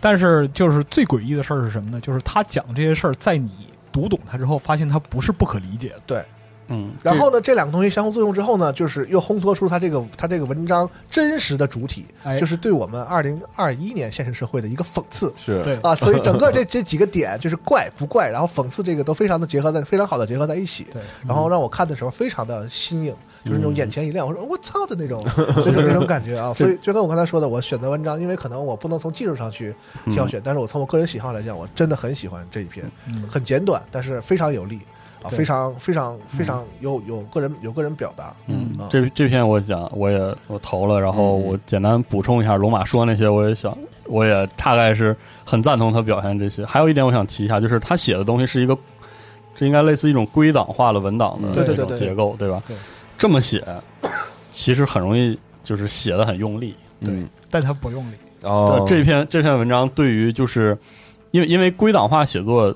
E: 但是就是最诡异的事儿是什么呢？就是他讲这些事儿，在你读懂它之后，发现它不是不可理解的。
F: 对，
D: 嗯，
F: 然后呢，这两个东西相互作用之后呢，就是又烘托出他这个他这个文章真实的主体，
E: 哎
F: 就是对我们二零二一年现实社会的一个讽刺。
C: 是，
E: 对
F: 啊，所以整个这这几个点就是怪不怪，然后讽刺这个都非常的结合在非常好的结合在一起，
E: 对，
F: 然
D: 嗯
F: 后让我看的时候非常的新颖，就是那种眼前一亮，我说我操的那种，就是那种感觉
D: [LAUGHS]
F: 啊。所以就跟我刚才说的，我选择文章，因为可能我不能从技术上去
D: 嗯
F: 挑选，但是我从我个人喜好来讲，我真的很喜欢这一篇，
E: 嗯
F: 很简短，但是非常有力啊，
E: 对
F: 非常非常非常有有个人有个人表达，
D: 嗯
F: 啊，
D: 这这篇我讲我也我投了，然后
C: 嗯
D: 我简单补充一下龙马说那些，我也想我也大概是很赞同他表现这些。还有一点我想提一下，就是他写的东西是一个，这应该类似一种归档化的文档的
E: 对对
D: 这
E: 对
D: 种
F: 对
D: 结构，对吧？
E: 对
D: 这么写其实很容易就是写的很用力。
C: 嗯，
E: 但它不用力。
C: 哦，
D: 呃这篇这篇文章对于就是因为因为归档化写作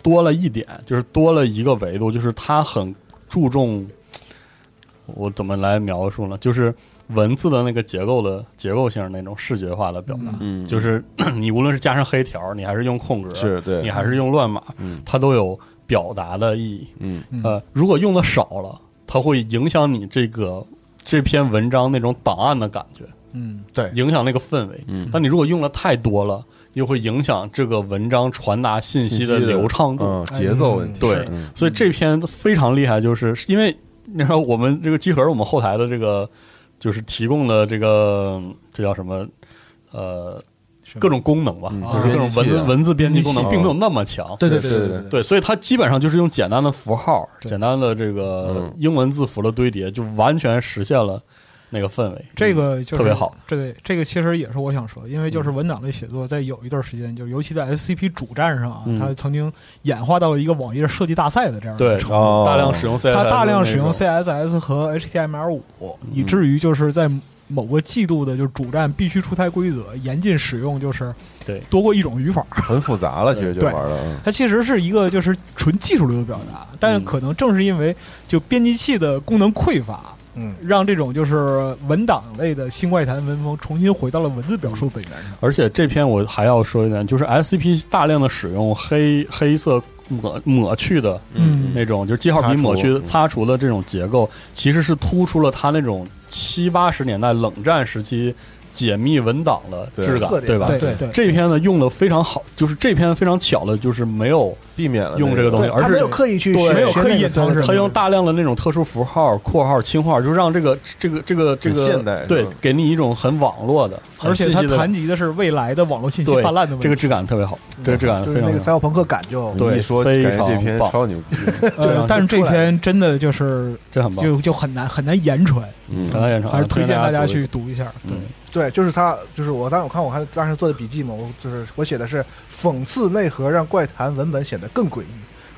D: 多了一点，就是多了一个维度，就是它很注重我怎么来描述呢？就是文字的那个结构的结构性那种视觉化的表达，
C: 嗯
D: 就是 [CLEARS THROAT] 你无论是加上黑条，你还是用空格，
C: 是对
D: 你还是用乱码，
C: 嗯
D: 它都有表达的意义。
C: 嗯
E: 嗯
D: 呃，如果用的少了，它会影响你这个这篇文章那种档案的感觉。
E: 嗯，
D: 影响那个氛围。
C: 嗯
D: 但你如果用的太多了，又会影响这个文章传达信息的流畅度。
C: 嗯节奏问题，
D: 对
C: 嗯
D: 所以这篇非常厉害，就是因为你说我们这个集合，我们后台的这个就是提供的这个这叫什么？呃，
E: 是
D: 各种功能吧，
C: 嗯
D: 就是各种文
C: 编辑器
D: 字
C: 啊
D: 文字编辑功能
C: 编辑器
D: 并没有那么强。
C: 对
F: 对
C: 对
F: 对
C: 对
F: 对
C: 对
D: 对，所以它基本上就是用简单的符号、
E: 对
D: 简单的这个
C: 嗯
D: 英文字符的堆叠，就完全实现了那个氛围。
E: 这个就是
D: 特别好。
E: 这对这个其实也是我想说，因为就是文档类写作，在有一段时间，就是尤其在 SCP 主站上啊
D: 嗯，
E: 它曾经演化到一个网页设计大赛的这样的
D: 对，
C: 哦
D: 大量使用 CSS，
E: 它大量使用
D: 呃那种嗯
E: CSS 和 HTML 五，以至于就是在某个季度的就是主站必须出台规则，严禁使用就是
D: 对
E: 多过一种语法。
C: 很复杂了，其实就
E: 对
C: 玩了，嗯
E: 它其实是一个就是纯技术流的表达，但
D: 嗯
E: 是可能正是因为就编辑器的功能匮乏，
F: 嗯，
E: 让这种就是文档类的新怪谈文风重新回到了文字表述本源上。
D: 而且这篇我还要说一点，就是 SCP 大量的使用黑黑色抹抹去的
E: 嗯
D: 那种，就是记号
C: 擦
D: 笔
C: 除
D: 抹去
C: 嗯
D: 擦除的这种结构，其实是突出了它那种七八十年代冷战时期解密文档的
C: 对
D: 质感
F: 特，点
D: 对吧？
E: 对
F: 对
E: 对，
D: 这篇呢用的非常好，就是这篇非常巧的，就是没有
C: 避免了
D: 用
C: 那
D: 这个东西，
F: 对
D: 而
F: 他
D: 是
F: 没有刻意去
D: 对
F: 学
D: 没有
F: 学
E: 刻意
F: 那个
E: 隐藏
F: 东西
E: 什么
D: 他用大量的那种特殊符号、括号、轻号，就让这个这个这个这个
C: 很现代
D: 对
C: 是吧，
D: 给你一种很网络的，很
E: 而且
D: 信
E: 它
D: 息的
E: 谈及的是未来的网络信息
D: 对
E: 泛滥的问题。
D: 这个质感特别好，这个质感
F: 就
D: 非
F: 是
D: 常
F: 那个赛
D: 好。
F: 博朋克感就
D: 对
C: 你一说，
D: 非
C: 感觉这
D: 常
C: 篇
D: 棒
C: 超牛逼，
D: 质
E: 呃
D: 量，
E: 但是
F: 就出
E: 这
F: 来
E: 篇真的就是
D: 这很棒，
E: 就就很难很难言传，
C: 嗯
D: 很，难演唱，
E: 还是啊推荐
D: 啊大
E: 大家
D: 读一
E: 去读一下。
D: 读。
E: 对
D: 嗯，
F: 对，就是他，就是我当我看我还当时做的笔记嘛，我就是我写的是讽刺内核让怪谈文本显得更诡异，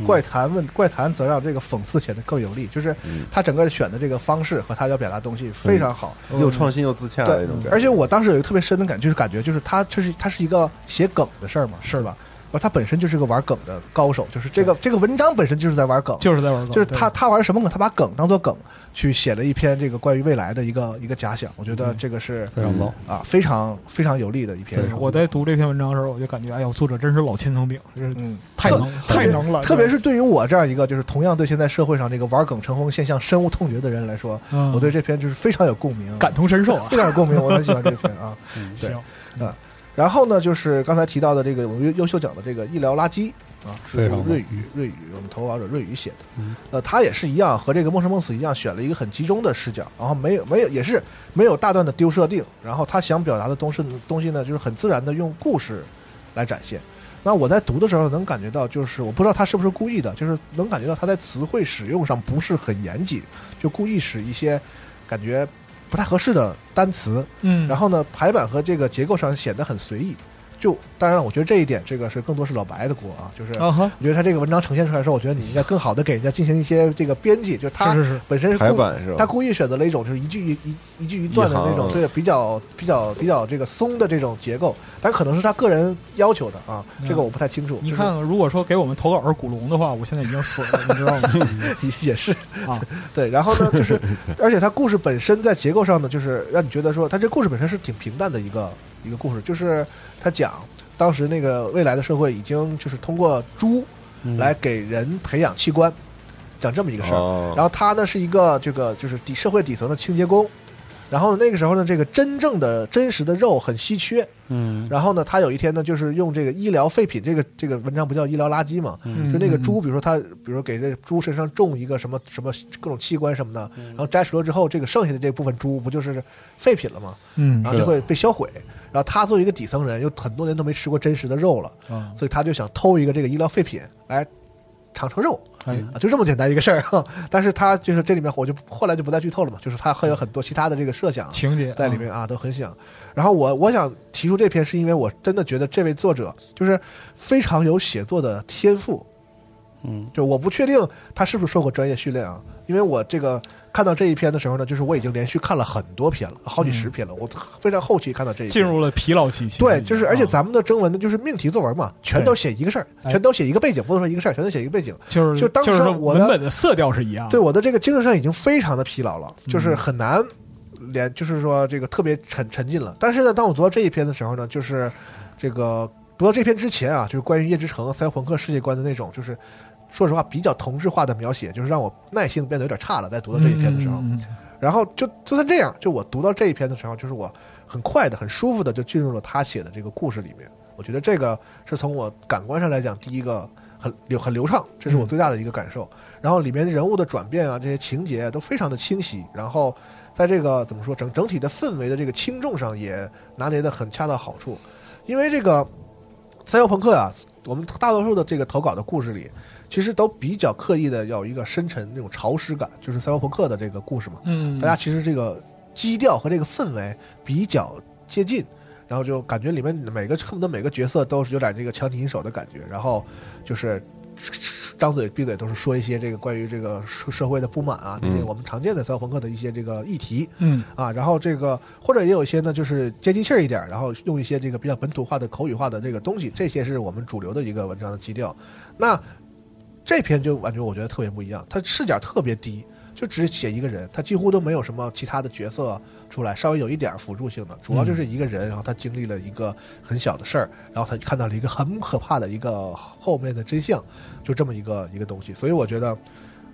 D: 嗯
F: 怪谈问怪谈则让这个讽刺显得更有力，就是
C: 嗯
F: 他整个选的这个方式和他要表达东西非常好，
C: 又创新又自洽嗯的
F: 嗯对
C: 那种感觉，
F: 而且我当时有一个特别深的感觉，就是感觉就是他这是他是一个写梗的事儿嘛，是吧？而他本身就是个玩梗的高手，就是这个这个文章本身就是在玩梗，
E: 就是在玩梗，
F: 就是他
E: 对
F: 他玩什么梗，他把梗当做梗去写了一篇这个关于未来的一个一个假想，我觉得这个是。
D: 非常棒，
F: 啊，非常非常有力的一篇
D: 对。
E: 我在读这篇文章的时候，我就感觉，哎呦，作者真是老千层饼，就是
F: 嗯，
E: 太
F: 特
E: 能
F: 特别
E: 太能了。
F: 特别
E: 对
F: 是对于我这样一个就是同样对现在社会上这个玩梗成风现象深恶痛绝的人来说，
E: 嗯
F: 我对这篇就是非常有共鸣，
E: 感同身受啊
F: 非。 [LAUGHS] 常有共鸣，我很喜欢这篇啊。
D: [LAUGHS] 嗯
F: 对
E: 行，
F: 然后呢，就是刚才提到的这个我们优优秀奖的这个医疗垃圾啊，是
D: 非常
F: 由
D: 好
F: 瑞宇瑞宇我们投稿者瑞宇写的。
D: 嗯
F: 呃，他也是一样，和这个《梦生梦死》一样，选了一个很集中的视角，然后没有没有也是没有大段的丢设定，然后他想表达的东西东西呢，就是很自然的用故事来展现。那我在读的时候能感觉到，就是我不知道他是不是故意的，就是能感觉到他在词汇使用上不是很严谨，就故意使一些感觉不太合适的单词，
E: 嗯，
F: 然后呢，排版和这个结构上显得很随意。就当然，我觉得这一点，这个是更多是老白的锅啊，就是。
E: 啊哈，
F: 我觉得他这个文章呈现出来的时候，我觉得你应该更好的给人家进行一些这个编辑，就是他
E: 是是是，
F: 本身是
C: 排
F: 故
C: 版是吧？
F: 他故意选择了一种就是一句一一一句一段的那种，
C: 一行
F: 对，比较比较比较这个松的这种结构，但可能是他个人要求的啊，
E: 嗯
F: 这个我不太清楚。
E: 你
F: 就是
E: 看，看，如果说给我们投稿是古龙的话，我现在已经死了，你知
F: [LAUGHS]
E: 道吗？
F: 也是
E: 啊，
F: [LAUGHS] 对，然后呢，就是，而且它故事本身在结构上呢，就是让你觉得说，它这故事本身是挺平淡的一个一个故事，就是它讲当时那个未来的社会已经就是通过猪
D: 嗯
F: 来给人培养器官，讲这么一个事儿。
C: 哦
F: 然后他呢是一个这个就是底社会底层的清洁工，然后那个时候呢，这个真正的真实的肉很稀缺，
D: 嗯，
F: 然后呢，他有一天呢，就是用这个医疗废品，这个这个文章不叫医疗垃圾嘛，
E: 嗯
F: 就那个猪，比如说他，比如说给这猪身上种一个什么什么各种器官什么的，
E: 嗯
F: 然后摘除了之后，这个剩下的这部分猪不就是废品了吗？
E: 嗯，嗯
F: 然后
D: 是
F: 就
D: 的
F: 会被销毁。然后他作为一个底层人，有很多年都没吃过真实的肉了，
E: 啊，
F: 所以他就想偷一个这个医疗废品来尝尝肉
E: 哎，
F: 啊，就这么简单一个事儿哈。但是他就是这里面我就后来就不再剧透了嘛，就是他还有很多其他的这个设想，
E: 情节
F: 在里，面啊，都很想。然后我我想提出这篇，是因为我真的觉得这位作者就是非常有写作的天赋。
D: 嗯，
F: 就我不确定他是不是受过专业训练啊，因为我这个看到这一篇的时候呢，就是我已经连续看了很多篇了，好几十篇了，我非常后期看到这一
E: 啊
F: 篇。
E: 进入了疲劳期。
F: 对，就是而且
E: 咱
F: 咱们的征文呢，就是命题作文嘛，全都写一个事儿，
E: 啊哎
F: 全都写一个背景，不能说一个事儿，全都写一个背景。
E: 就是
F: 就当时
E: 是
F: 我的
E: 文本的色调是一样的。嗯
F: 对我的这个精神上已经非常的疲劳了，就是很难连，就是说这个特别沉沉浸了。但是呢，当我读到这一篇的时候呢，就是这个读到这篇之前啊，就是关于夜之城赛博朋克世界观的那种，就是说实话比较同质化的描写，就是让我耐性变得有点差了。在读到这一篇的时候，
E: 嗯，嗯嗯
F: 然后就就算这样，就我读到这一篇的时候，就是我很快的、很舒服的就进入了他写的这个故事里面。我觉得这个是从我感官上来讲，第一个很流很流畅，这是我最大的一个感受。然后里面人物的转变啊，这些情节都非常的清晰。然后在这个怎么啊说整整体的氛围的这个轻重上也拿捏的很恰到好处。因为这个赛博朋克啊，我们大多数的这个投稿的故事里，其实都比较刻意的要有一个深沉那种潮湿感，就是赛博朋克的这个故事嘛。
E: 嗯，
F: 大家其实这个基调和这个氛围比较接近，然后就感觉里面每个恨不得每个角色都是有点这个强敌银手的感觉，然后就是 [LAUGHS] 张嘴闭嘴都是说一些这个关于这个社社会的不满啊，那些
C: 嗯
F: 我们常见的赛博朋克的一些这个议题
E: 嗯
F: 啊，然后这个或者也有一些呢就是接地气儿一点，然后用一些这个比较本土化的口语化的这个东西，这些是我们主流的一个文章的基调。那这篇就感觉我觉得特别不一样，它视角特别低，就只写一个人，他几乎都没有什么其他的角色出来，稍微有一点辅助性的，主要就是一个人，然后他经历了一个很小的事儿，然后他看到了一个很可怕的一个后面的真相，就这么一个一个东西，所以我觉得，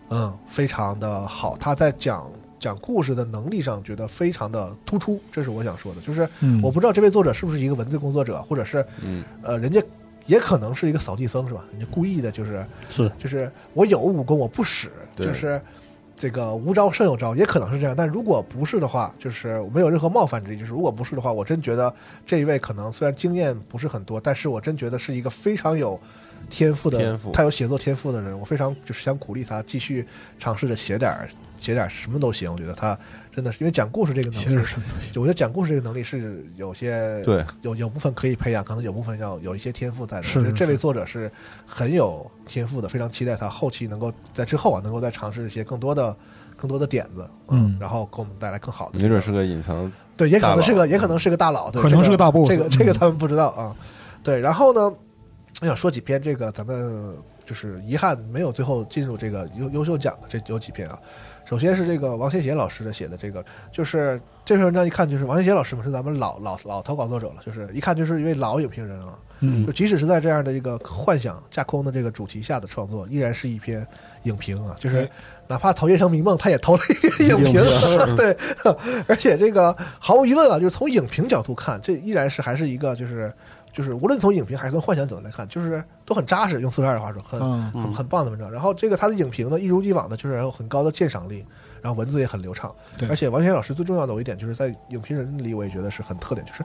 F: 嗯，非常的好，他在讲。讲故事的能力上，觉得非常的突出，这是我想说的。就是
E: 嗯
F: 我不知道这位作者是不是一个文字工作者，或者是
C: 嗯，
F: 呃，人家也可能是一个扫地僧，是吧？人家故意的，就是
D: 是
F: 就是我有武功我不使，
C: 对
F: 就是这个无招胜有招，也可能是这样。但如果不是的话，就是我没有任何冒犯之意。就是如果不是的话，我真觉得这一位可能虽然经验不是很多，但是我真觉得是一个非常有天赋的，
C: 天赋
F: 他有写作天赋的人。我非常就是想鼓励他继续尝试着写点儿写点儿什么都行。我觉得他真的是因为讲故事这个能力，
E: 写点什么东西？
F: 我觉得讲故事这个能力是有些
C: 对，
F: 有有部分可以培养，可能有部分要有一些天赋在的。
E: 是
F: 我觉得
E: 是
F: 这位
E: 是
F: 作者是很有天赋的，非常期待他后期能够在之后啊，能够再尝试一些更多的、更多的点子，
E: 嗯
F: 然后给我们带来更好的。
C: 没准是个隐藏，
F: 对，也可能是
C: 大佬嗯
F: 个，也可能是个大佬，对，
E: 可能
F: 这
E: 是个大 boss，
F: 这个这个
E: 嗯
F: 他们不知道啊。对，然后呢，我想说几篇这个咱们就是遗憾没有最后进入这个优优秀奖的这有几篇啊。首先是这个王先贤老师的写的这个，就是这篇文章一看就是王先贤老师嘛，是咱们老老老投稿作者了，就是一看就是一位老影评人啊。
D: 嗯
F: 就即使是在这样的一个幻想架空的这个主题下的创作，依然是一篇影评啊，就是哪怕投《夜成迷梦》，他也投了一篇影评，啊 [LAUGHS] 对，而且这个毫无疑问啊，就是从影评角度看，这依然是还是一个就是就是无论从影评还是从幻想角度来看，就是都很扎实，用四十二的话说，很
E: 嗯，
F: 很很棒的文章。然后这个他的影评呢，一如既往的就是有很高的鉴赏力，然后文字也很流畅。
E: 对
F: 而且王先老师最重要的我一点就是在影评人里，我也觉得是很特点，就是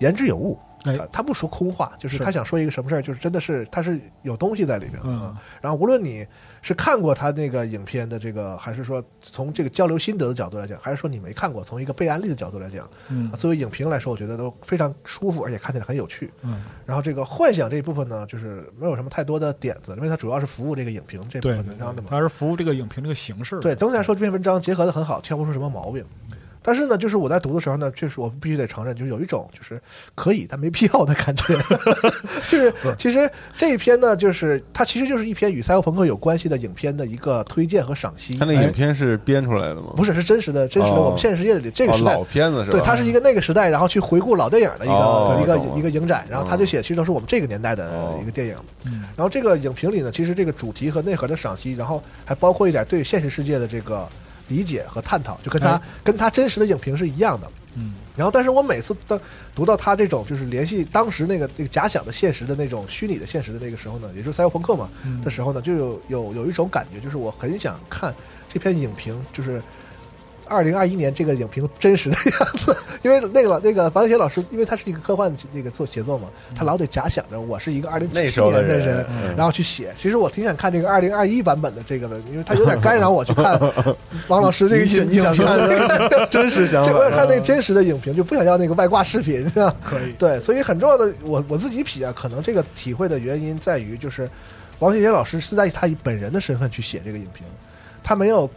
F: 言之有物。
E: 哎
F: 他他不说空话，就是
E: 是
F: 他想说一个什么事儿，就是真的是他是有东西在里面的啊
E: 嗯。
F: 然后无论你是看过他那个影片的这个，还是说从这个交流心得的角度来讲，还是说你没看过，从一个被案例的角度来讲，
E: 嗯
F: 作为影评来说，我觉得都非常舒服，而且看起来很有趣。
E: 嗯，
F: 然后这个幻想这一部分呢，就是没有什么太多的点子，因为它主要是服务这个影评这部
E: 对
F: 分，文章的嘛。
E: 它是服务这个影评这个形式的。
F: 对，总体来说这篇文章结合的很好，挑不出什么毛病。但是呢，就是我在读的时候呢，确实我必须得承认，就是有一种就是可以但没必要
C: [LAUGHS]
F: 的感觉。就是其实这一篇呢，就是它其实就是一篇与赛博朋克有关系的影片的一个推荐和赏析
C: 他。那影片是编出来的吗？
F: 哎不是，是真实的，真实的，
C: 哦
F: 我们现实世界里这个
C: 哦
F: 时代
C: 老片子是吧？
F: 对，它是一个那个时代，然后去回顾老电影的一个、
C: 哦
F: 一个
C: 懂了
F: 一个影展，然后他就写，其实都是我们这个年代的
C: 哦
F: 一个电影。
E: 嗯
F: 然后这个影评里呢，其实这个主题和内核的赏析，然后还包括一点对现实世界的这个理解和探讨，就跟他、
E: 哎
F: 跟他真实的影评是一样的。
E: 嗯，
F: 然后，但是我每次当读到他这种就是联系当时那个那个假想的现实的那种虚拟的现实的那个时候呢，也就是赛博朋克嘛
E: 嗯
F: 的时候呢，就有有有一种感觉，就是我很想看这篇影评，就是二零二一年这个影评真实的样子，因为那个那个王杰老师，因为他是一个科幻那个做写作嘛，他老得假想着我是一个二零七
C: 那
F: 七
C: 时候
F: 年
C: 的
F: 的
C: 人
F: 人，
C: 嗯
F: 然后去写。其实我挺想看这个二零二一版本的这个的，因为他有点干扰我
C: [LAUGHS]
F: 去看王老师这个
C: 你
F: 影
C: 你
F: 影
C: 想
F: 评。 [LAUGHS]
C: 看真实想
F: 这我想
C: 法嗯
F: 看那个真实的影评，就不想要那个外挂视频，是吧？
E: 可以。
F: 对，所以很重要的，我我自己匹啊，可能这个体会的原因在于，就是王学杰老师是在他以本人的身份去写这个影评，他没有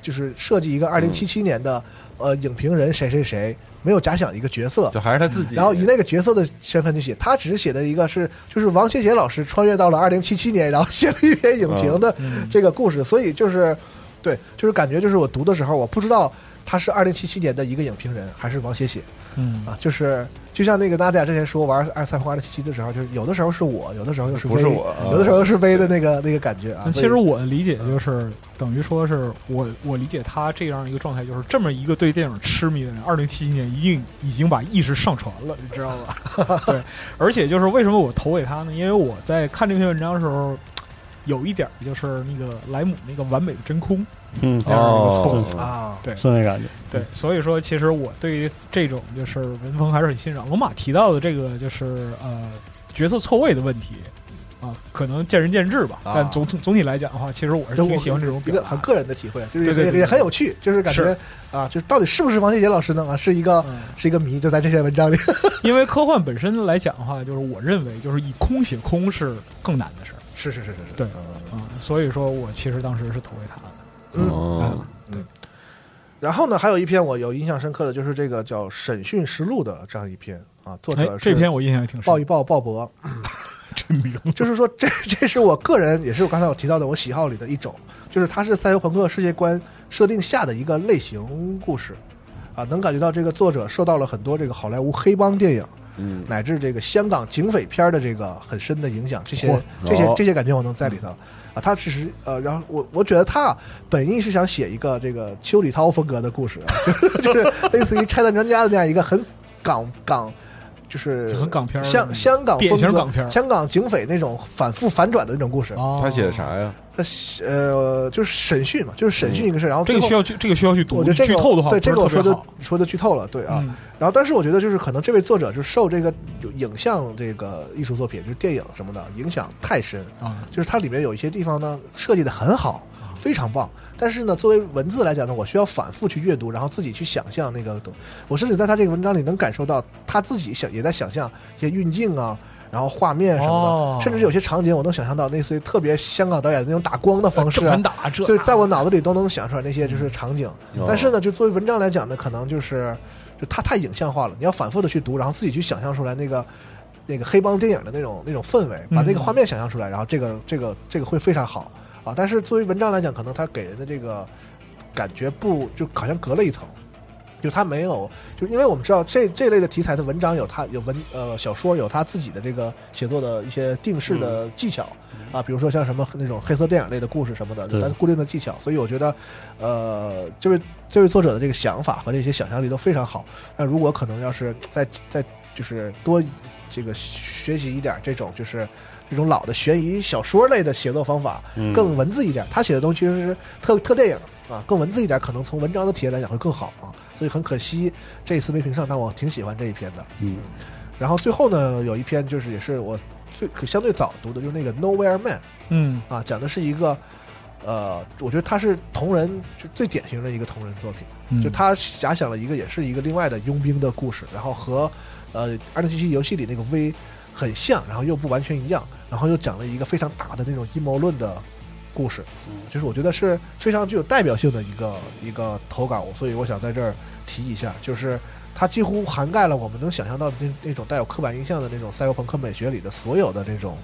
F: 就是设计一个二零七七年的、呃影评人谁谁谁，没有假想一个角色
C: 就，还是他自己。
F: 然后以那个角色的身份去写，他只是写的一个是就是王学杰老师穿越到了二零七七年，然后写了一篇影评的
E: 嗯
F: 这个故事，所以就是对，就是感觉就是我读的时候，我不知道他是二零七七年的一个影评人还是王写写。
E: 嗯
F: 啊，就是就像那个大家之前说玩《二赛风二零七七》的时候，就是有的时候是我，有的时候又是
C: 不是
F: V，
C: 我啊
F: 有的时候是 V 的那个那个感觉啊
E: 但。其实我的理解就是，等于说是我我理解他这样一个状态，就是这么一个对电影痴迷的人，二零七七年一定已经把意识上传了，你知道吧？
F: [LAUGHS]
E: 对，而且就是为什么我投给他呢？因为我在看这篇文章的时候，有一点儿就是那个莱姆那个完美的真空
D: 嗯，
E: 那样的一个错
D: 哦
E: 误。
F: 所以啊，
E: 对
D: 是那感觉，
E: 对，所以说其实我对于这种就是文风还是很欣赏。罗马提到的这个就是呃角色错位的问题啊，可能见仁见智吧。
F: 啊
E: 但总总总体来讲的话，其实我是
F: 就我
E: 挺喜欢这种
F: 一
E: 表
F: 个
E: 达
F: 很
E: 的。
F: 个人的体会，就是
E: 对对
F: 也
E: 对
F: 也很有趣，就是感觉
E: 是
F: 啊，就是到底是不是王杰杰老师呢？啊，是一个
E: 嗯
F: 是一个谜，就在这篇文章里。 [LAUGHS]
E: 因为科幻本身来讲的话，就是我认为就是以空写空是更难的事儿
F: 是是是是是，
E: 对
F: 嗯
E: 啊、所以说我其实当时是投给他的。
F: 嗯。
C: 哦，
F: 然后呢，还有一篇我有印象深刻的就是这个叫《审讯实录》的这样一篇啊，作
E: 哎
F: 者，是
E: 这篇我印象也挺
F: 抱一
E: 深，
F: 抱鲍勃，
E: 名字。
F: [LAUGHS] 就是说这这是我个人，也是我刚才我提到的我喜好里的一种，就是它是赛博朋克世界观设定下的一个类型故事，啊，能感觉到这个作者受到了很多这个好莱坞黑帮电影
C: 嗯，
F: 乃至这个香港警匪片儿的这个很深的影响，这些这些
C: 哦
F: 这些感觉我能在里头。啊，他其实呃，然后我我觉得他本意是想写一个这个邱礼涛风格的故事、啊， [LAUGHS] 就是类似于拆弹专家的那样一个很港港，就是
E: 就很港片儿的那
F: 香
E: 种
F: 香港
E: 典
F: 风
E: 型
F: 格
E: 港片儿
F: 香港警匪那种反复反转的那种故事。
E: 哦
C: 他写的？啥呀？
F: 他写呃，就是审讯嘛，就是审讯一个事儿，然后
E: 嗯这
F: 最
E: 个
F: 后
E: 需要去，这个需要去读。
F: 我觉得这个
E: 剧透的话，
F: 对这个我
E: 不是
F: 说
E: 特别
F: 的
E: 好。
F: 说的剧透了，对啊。
E: 嗯
F: 然后，但是我觉得就是可能这位作者就受这个影像这个艺术作品，就是电影什么的影响太深，
E: 啊，
F: 就是它里面有一些地方呢设计的很好，
E: 嗯
F: 非常棒。但是呢，作为文字来讲呢，我需要反复去阅读，然后自己去想象那个东。我甚至在他这个文章里能感受到他自己想也在想象一些运镜啊，然后画面什么的，
E: 哦
F: 甚至有些场景我能想象到类似于特别香港导演的那种打光的方式、
E: 正
F: 啊
E: 反，打这，
F: 就是在我脑子里都能想出来那些就是场景。
C: 哦
F: 但是呢，就作为文章来讲呢，可能就是就它太影像化了，你要反复的去读，然后自己去想象出来那个那个黑帮电影的那种那种氛围，把那个画面想象出来，然后这个这个这个会非常好啊。但是作为文章来讲，可能它给人的这个感觉不就好像隔了一层。就它没有，就因为我们知道这这类的题材的文章有它有文呃小说有它自己的这个写作的一些定式的技巧、啊，比如说像什么那种黑色电影类的故事什么的，
D: 对
F: 它固定的技巧，所以我觉得，呃，这位这位作者的这个想法和这些想象力都非常好。那如果可能要是再再就是多这个学习一点这种就是这种老的悬疑小说类的写作方法，
D: 嗯
F: 更文字一点。他写的东西其实是特特电影啊，更文字一点，可能从文章的体验来讲会更好啊。所以很可惜这一次没评上，但我挺喜欢这一篇的。
D: 嗯，
F: 然后最后呢，有一篇就是也是我最相对早读的，就是那个《Nowhere Man》
E: 嗯，
F: 啊，讲的是一个。呃，我觉得他是同人就最典型的一个同人作品，
E: 嗯
F: 就他假想了一个也是一个另外的佣兵的故事，然后和呃《二零七七》游戏里那个 V 很像，然后又不完全一样，然后又讲了一个非常大的那种阴谋论的故事，就是我觉得是非常具有代表性的一个一个投稿，所以我想在这儿提一下，就是它几乎涵盖了我们能想象到的那那种带有刻板印象的那种赛博朋克美学里的所有的这种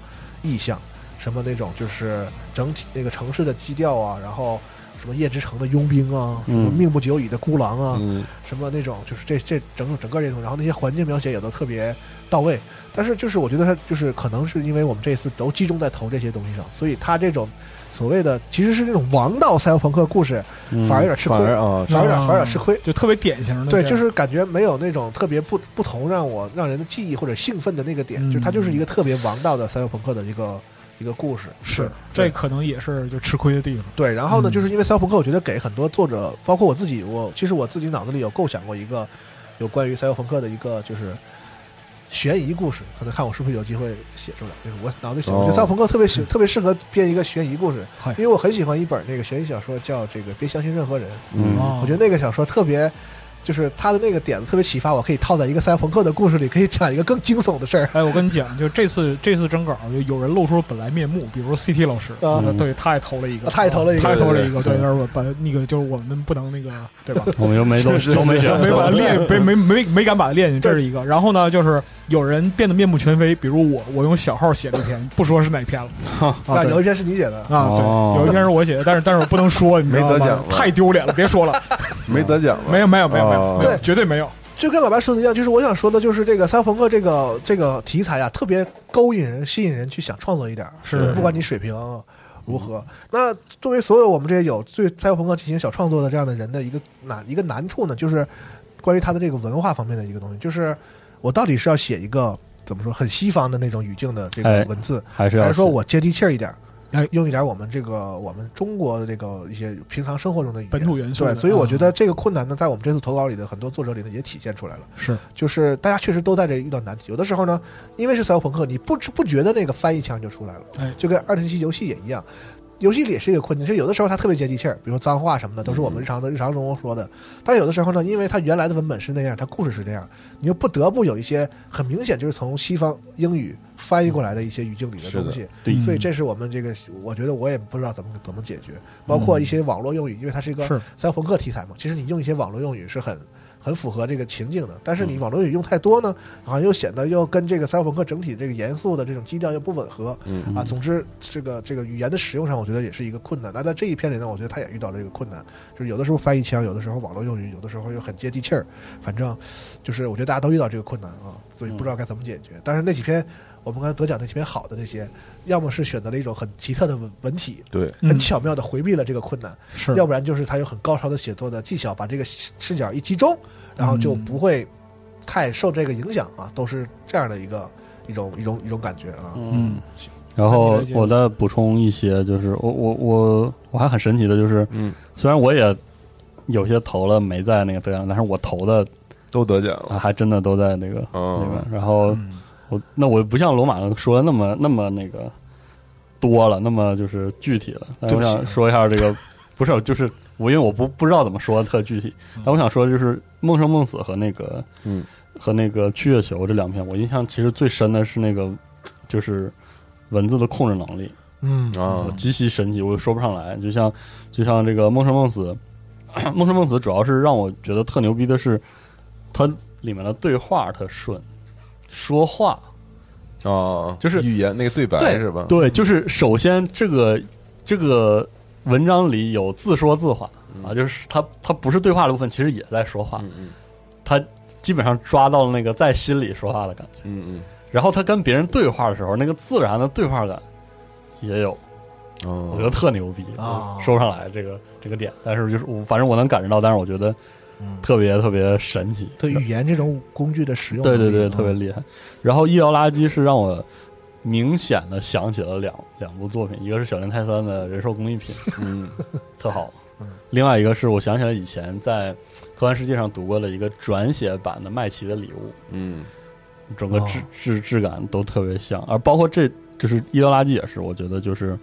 F: 意象，什么那种就是整体那个城市的基调啊，然后什么夜之城的佣兵啊，什么
D: 嗯
F: 命不久矣的孤狼啊，
C: 嗯，
F: 什么那种，就是这这整整个这种，然后那些环境描写也都特别到位。但是就是我觉得他就是可能是因为我们这次都集中在投这些东西上，所以他这种所谓的其实是那种王道赛博朋克故事，
D: 嗯
F: 反而有点吃亏，
C: 反而啊，
F: 反而有点反而有点吃亏。
E: 就特别典型的这
F: 对，
E: 样，
F: 就是感觉没有那种特别不不同让我让人的记忆或者兴奋的那个点，
E: 嗯
F: 就是它就是一个特别王道的赛博朋克的一个一个故事。
E: 是
F: 对
E: 这可能也是就吃亏的地方。
F: 对，然后呢，
E: 嗯
F: 就是因为赛博朋克，我觉得给很多作者，包括我自己，我其实我自己脑子里有构想过一个有关于赛博朋克的一个就是悬疑故事，可能看我是不是有机会写出来。就是我脑子里想，我觉得
C: 哦
F: 赛博朋克特别喜，特别适合编一个悬疑故事
E: 嗨，
F: 因为我很喜欢一本那个悬疑小说叫这个《别相信任何人》，
C: 嗯，
E: 哦
F: 我觉得那个小说特别。就是他的那个点子特别启发我，可以套在一个赛博朋克的故事里，可以讲一个更惊悚的事儿
E: 哎，我跟你讲，就这次这次征稿，就有人露出本来面目，比如说 CT 老师，
F: 啊
E: 呃对，他也投了一个，
F: 啊他也投了一个
E: 他也投了一个，
D: 对
E: 对，
D: 对对
E: 但是我把那个就是我们不能那个，对
F: [LAUGHS]
E: 吧？
D: 我们又没都
C: 是是
D: 都没
C: 是
D: 选，
E: 没把它练，没没没没敢把它练进，这是一个。然后呢，就是有人变得面目全非，比如我，我用小号写了一篇，不说是哪
F: [LAUGHS]
E: 篇了。啊，
F: 啊。有
E: 对
F: 一篇是你写的，
E: 啊，
D: 哦
E: 对，有一篇是我写的，但是但是我不能说，你知道
C: 没得
E: 吗
C: 奖？了
E: 太丢脸了，别
C: [LAUGHS]
E: 说了，
C: 没得奖吧？
E: 没有没有没有没有
C: 哦，
E: 没有
F: 对
E: 绝对没有。
F: 就跟老白说的一样，就是我想说的，就是这个赛博朋克这个这个题材啊，特别勾引人、吸引人去想创作一点儿，
E: 是
F: 不管你水平如何。那作为所有我们这些有对赛博朋克进行小创作的这样的人的一个难一个难处呢，就是关于他的这个文化方面的一个东西，就是我到底是要写一个怎么说很西方的那种语境的这个
D: 哎
F: 文字，
D: 还是
F: 还
D: 要
F: 是说我接地气儿一点儿，
E: 哎
F: 用一点儿我们这个我们中国的这个一些平常生活中的语言
E: 本土元素
F: 对，
E: 的
F: 所以我觉得
E: 嗯
F: 这个困难呢，在我们这次投稿里的很多作者里呢也体现出来了。
E: 是，
F: 就是大家确实都在这遇到难题。有的时候呢，因为是赛博朋克，你不知不觉的那个翻译腔就出来了，
E: 哎
F: 就跟二零七游戏也一样。游戏里也是一个困境，就有的时候它特别接地气儿，比如说脏话什么的，都是我们日常的日常中说的。但有的时候呢，因为它原来的文本是那样，它故事是这样，你又不得不有一些很明显就是从西方英语翻译过来的一些语境里的
C: 是的嗯
F: 东西。
D: 对
F: 所以这是我们这个，我觉得我也不知道怎么怎么解决，包括一些网络用语，因为它是一个
E: 是
F: 赛博朋克题材嘛，其实你用一些网络用语是很很符合这个情境的。但是你网络语用太多呢，好像又显得又跟这个赛博朋克整体这个严肃的这种基调又不吻合
C: 嗯
F: 啊。总之，这个这个语言的使用上，我觉得也是一个困难。那在这一篇里呢，我觉得他也遇到了这个困难，就是有的时候翻译腔，有的时候网络用语，有的时候又很接地气儿。反正就是我觉得大家都遇到这个困难啊，所以不知道该怎么解决。但是那几篇我们刚才得奖那几篇好的那些，要么是选择了一种很奇特的文文体，
C: 对，
F: 很巧妙的回避了这个困难，
E: 是
F: 要不然就是他有很高超的写作的技巧，把这个视角一集中，然后就不会太受这个影响啊，都是这样的一个一种一种一种感觉啊。
E: 嗯，
D: 然后
E: 那你来接着
D: 我再补充一些，就是我我我我还很神奇的，就是
C: 嗯，
D: 虽然我也有些投了没在那个得奖，但是我投的
C: 都得奖
D: 啊
C: 了，
D: 还真的都在那个那
C: 嗯
D: 个。然后我那我不像罗马说的那么那么那个多了，那么就是具体了。但
F: 对
D: 我
F: 不起
D: 想说一下这个，不是就是我因为我不不知道怎么说特具体，但我想说就是《梦生梦死》和那个
C: 嗯
D: 和那个《去月球》这两篇，我印象其实最深的是那个就是文字的控制能力。
F: 嗯
C: 啊
D: 我，极其神奇，我又说不上来。就像就像这个《梦生梦死》， [CLEARS THROAT] 《梦生梦死》主要是让我觉得特牛逼的是，它里面的对话特顺，说话
C: 哦，
D: 就是
C: 语言那个对白
F: 对
C: 是吧？
D: 对，就是首先这个这个文章里有自说自话啊，就是他他不是对话的部分，其实也在说话，
C: 嗯嗯
D: 他基本上抓到了那个在心里说话的感觉。
C: 嗯
D: 然后他跟别人对话的时候，那个自然的对话感也有。
C: 嗯，哦
D: 我觉得特牛逼
F: 啊
D: 说不上来这个这个点，但是就是我反正我能感觉到，但是我觉得
F: 嗯，
D: 特别特别神奇，
F: 对语言这种工具的使用能
D: 对
F: 力，
D: 对对，
F: 嗯
D: 特别厉害。然后《医疗垃圾》是让我明显的想起了两两部作品，一个是小林泰三的《人兽工艺品》，
F: [LAUGHS]
C: 嗯
D: 特好
F: 嗯，
D: 另外一个是我想起来以前在科幻世界上读过的一个转写版的《麦琪的礼物
C: 嗯》，
D: 整个
F: 哦
D: 质质质感都特别像，而包括这就是《医疗垃圾》也是，我觉得就是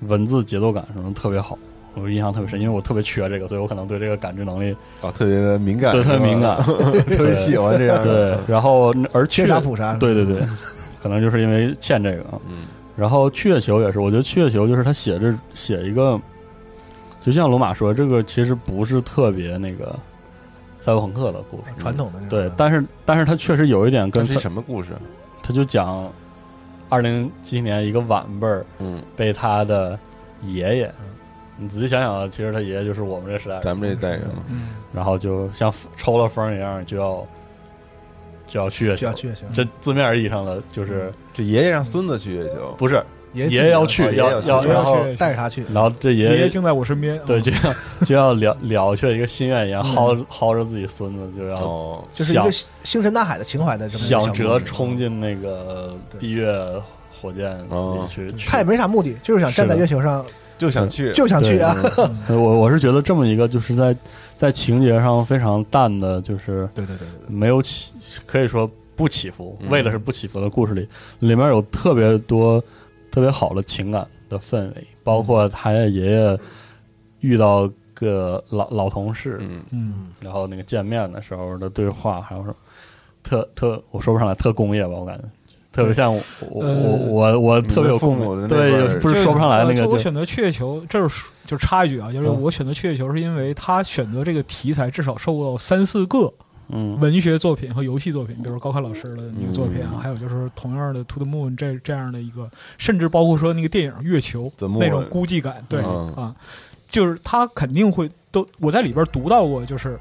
D: 文字节奏感什么特别好。我印象特别深，因为我特别缺这个，所以我可能对这个感知能力
C: 啊，特别的敏感，。
D: 对特别敏感，
C: [LAUGHS] 特别喜欢这样的，
D: 对，然后而去
F: 缺啥补啥，
D: 对对对，可能就是因为欠这个啊。
C: 嗯
D: 然后去月球也是，我觉得去月球就是他写这写一个，就像罗马说，这个其实不是特别那个赛博朋克的故事，
F: 传统的这种
D: 对
F: 嗯，
D: 但是但是他确实有一点
C: 这
D: 跟
C: 是
D: 赛
C: 一什么故事？
D: 他就讲二零七年一个晚辈儿
C: 嗯，
D: 被他的爷爷，你仔细想想啊，其实他爷爷就是我们这时代人，
C: 咱们这一代人嘛，
E: 嗯
D: 然后就像抽了风一样，就要就要去月
F: 需
D: 球
F: 要，去行，
D: 这字面意义上的就是
F: 嗯
C: 这爷爷让孙子去月球，
D: 不是
F: 爷
D: 爷要去
C: 哦，爷
D: 要
C: 要去
D: 要
F: 爷
D: 然
F: 要
D: 后
E: 去
F: 啊带着他去，
D: 然后这爷
E: 爷爷竟在我身边，
D: 对
E: 嗯
D: 就要就要了了却一个心愿一样，薅薅着自己孙子
F: 啊
D: 就要
C: 哦，
F: 就是一个
D: 想
F: 星辰大海的情怀的这么一个
D: 想
F: 小
D: 辙
F: 故事
D: 冲进那个
F: 对
D: 地月火箭里
C: 哦
D: 去。去
F: 他也没啥目的，就是想站在
D: 是的
F: 月球上，
C: 就想去，
F: 就想去啊，
D: 呃我我是觉得这么一个就是在在情节上非常淡的，就是
F: [LAUGHS] 对对对对对，
D: 没有起，可以说不起伏，
C: 嗯
D: 为了是不起伏的故事里，里面有特别多特别好的情感的氛围，包括他爷爷遇到个老老同事，
C: 嗯，
E: 嗯
D: 然后那个见面的时候的对话，还有什么特特，我说不上来，特工业吧，我感觉。特别像我我
E: 呃
D: 我我我特别有
C: 父母的那辈
D: 对，
C: 儿
D: 不是说不上来那
E: 呃就
D: 个
E: 我
D: 就
E: 选择去月球，这是就插一句啊，就是
D: 嗯
E: 我选择去月球是因为他选择这个题材至少受到三四个
D: 嗯
E: 文学作品和游戏作品，比如高考老师的那个作品啊，
C: 嗯
E: 还有就是同样的《To the Moon 这》这样的一个，甚至包括说那个电影《月球
C: The》Moon
E: 那种孤寂感，对、
C: 嗯
E: 啊，就是他肯定会都我在里边读到过，就是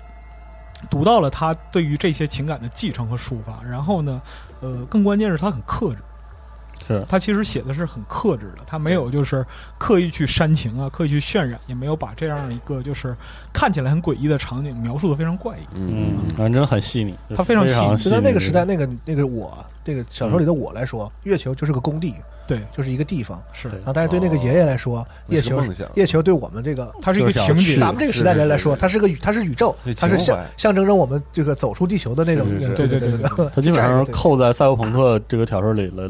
E: 读到了他对于这些情感的继承和抒发。然后呢，呃，更关键是他很克制，
D: 是
E: 他其实写的是很克制的，他没有就是刻意去煽情啊，刻意去渲染，也没有把这样一个就是看起来很诡异的场景描述的非常怪异。
D: 嗯
C: 嗯，
D: 反正真的很细腻，
E: 他非常细腻
D: 非
F: 就在那个时代，
D: 腻
F: 那个那个我，那个小说里的
D: 嗯
F: 我来说，月球就是个工地，
E: 对，
F: 就是一个地方。
E: 是
D: 对
F: 啊，但是对那个爷爷来说，
C: 那
F: 月
C: 是个
F: 球
C: 梦想
F: 月球对我们这个
E: 它是一个
D: 哦就是想
E: 情节
D: 去，
F: 咱们这个时代人来说，
C: 是是是
F: 它是个宇，它是宇宙
C: 是，
F: 它是
C: 情
F: 象
C: 怀
F: 象征着我们这个走出地球的那种
C: 是是。是
F: 对
E: 对
F: 对
E: 对对
F: [LAUGHS] 对，
D: 它基本
F: 这
D: 上是
F: 样
D: 扣在赛博朋克这个小说里了，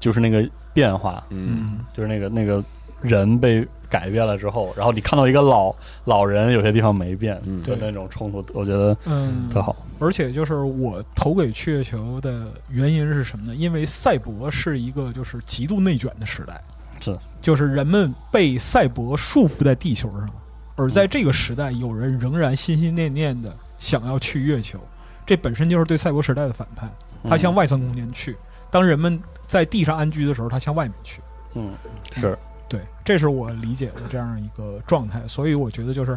D: 就是那个变化，
C: 嗯，
D: 就是那个那个人被改变了之后，然后你看到一个老老人有些地方没变
C: 嗯
E: 对
D: 的那种冲突，我觉得
E: 嗯，
D: 特好。
E: 而且就是我投给去月球的原因是什么呢？因为赛博是一个就是极度内卷的时代，
D: 是
E: 就是人们被
D: 嗯
E: 赛博束缚在地球上，而在这个时代，有人仍然心心念念的想要去月球，这本身就是对赛博时代的反叛。嗯他
D: 嗯
E: 向外层空间去，当人们在地上安居的时候，他向外面去。
D: 嗯，是
E: 对，这是我理解的这样一个状态。所以我觉得就是，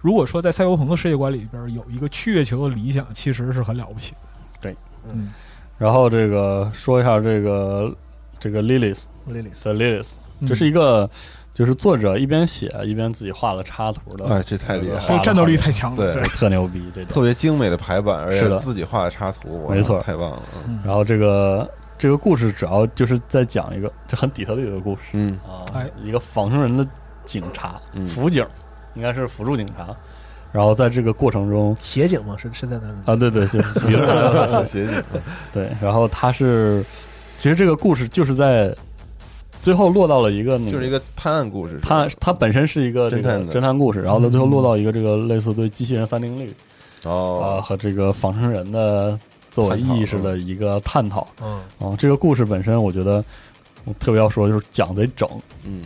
E: 如果说在赛博朋克世界观里边有一个去月球的理想，其实是很了不起的。
D: 对，
E: 嗯，
D: 然后这个说一下这个这个 Lilith
F: 莉莉
D: 的 Lilith，
E: 嗯
D: 这是一个就是作者一边写一边自己画了插图的，
C: 哎，这太厉害
E: 这
C: 了，
E: 个战斗力太强了。
C: 对
E: 对，
D: 特牛逼这
C: 特
D: 种。
C: 别精美的排版，而
D: 是
C: 且
D: 的
C: 自己画的插图，哇
D: 没错
C: 太棒了。嗯
D: 然后这个这个故事主要就是在讲一个这很底特律的故事
C: 嗯
D: 啊，
E: 哎
D: 一个仿生人的警察
C: 嗯，
D: 辅警，应该是辅助警察。然后在这个过程中
F: 协警嘛，是是在那里。
D: 啊，对对对， [LAUGHS] 理论上要
C: 嗯，
D: 是
C: [LAUGHS] 谢谢。
D: 对，然后他是其实这个故事就是在最后落到了一个那个
C: 就是一个探案故事，是吧
D: 它它本身是一个这
C: 侦探
D: 个
C: 的
D: 侦探故事，然后它最后落到一个这个类似对机器人三定律啊、
C: 哦，
D: 和这个仿生人的自我意识的一个探讨
F: 嗯，
D: 啊、这个故事本身，我觉得我特别要说就是讲得整，
C: 嗯，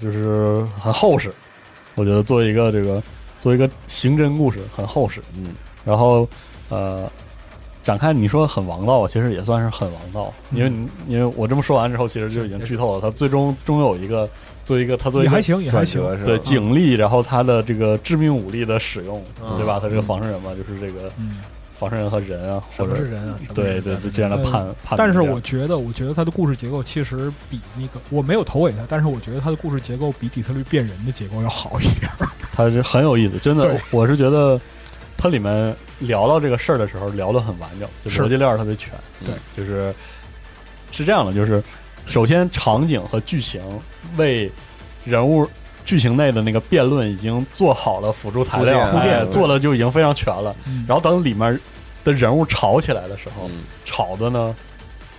D: 就是很厚实。我觉得作为一个这个作为一个刑侦故事很厚实，
C: 嗯，
D: 然后呃。展开你说很王道，其实也算是很王道，因为
F: 嗯
D: 你因为我这么说完之后，其实就已经剧透了。它最终终有一个作为一个它作为一
E: 也
D: 个
E: 还行，也还行。
C: 转折是吧
D: 对警力，然后他的这个致命武力的使用，
F: 嗯
D: 对吧？他这个仿生人嘛，就是这个
E: 嗯，
D: 仿生人和人啊，
F: 什
D: 或
F: 么
D: 者
F: 是人啊？什么
D: 对
F: 是
D: 对
F: 人
D: 对这样的
E: 嗯
D: 判判断。
E: 但是我觉得，我觉得他的故事结构其实比那个我没有投给他，但是我觉得他的故事结构比底特律变人的结构要好一点。
D: 他是很有意思，真的
E: 对，
D: 我是觉得它里面聊到这个事儿的时候聊得很完整，就是逻辑链儿特别全。
E: 对
D: 嗯，就是是这样的，就是首先场景和剧情为人物。剧情内的那个辩论已经做好了辅助材料，
C: 铺垫
D: 哎
C: 铺垫
D: 做的就已经非常全了。
E: 嗯
D: 然后等里面的人物吵起来的时候，
C: 嗯
D: 炒的呢，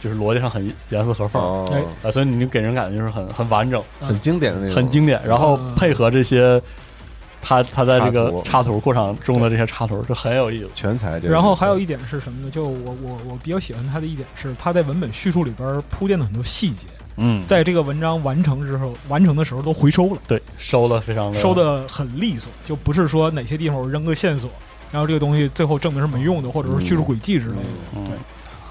D: 就是逻辑上很严丝合缝、
E: 哎
C: 哦，
D: 啊，所以你就给人感觉就是很很完整、
C: 很经典的那种，
D: 很经典，然后
E: 嗯
D: 配合这些他他在这
C: 插图
D: 个插图过程中的这些插图，就很有意思。
C: 全才这个。
E: 然后还有一点是什么呢？就我我我比较喜欢他的一点是，他在文本叙述里边铺垫的很多细节，
D: 嗯，
E: 在这个文章完成之后，完成的时候都回收了，
D: 对，收的非常的
E: 收的很利索，就不是说哪些地方我扔个线索，然后这个东西最后证明是没用的，或者是叙述轨迹之类的，
D: 嗯
E: 对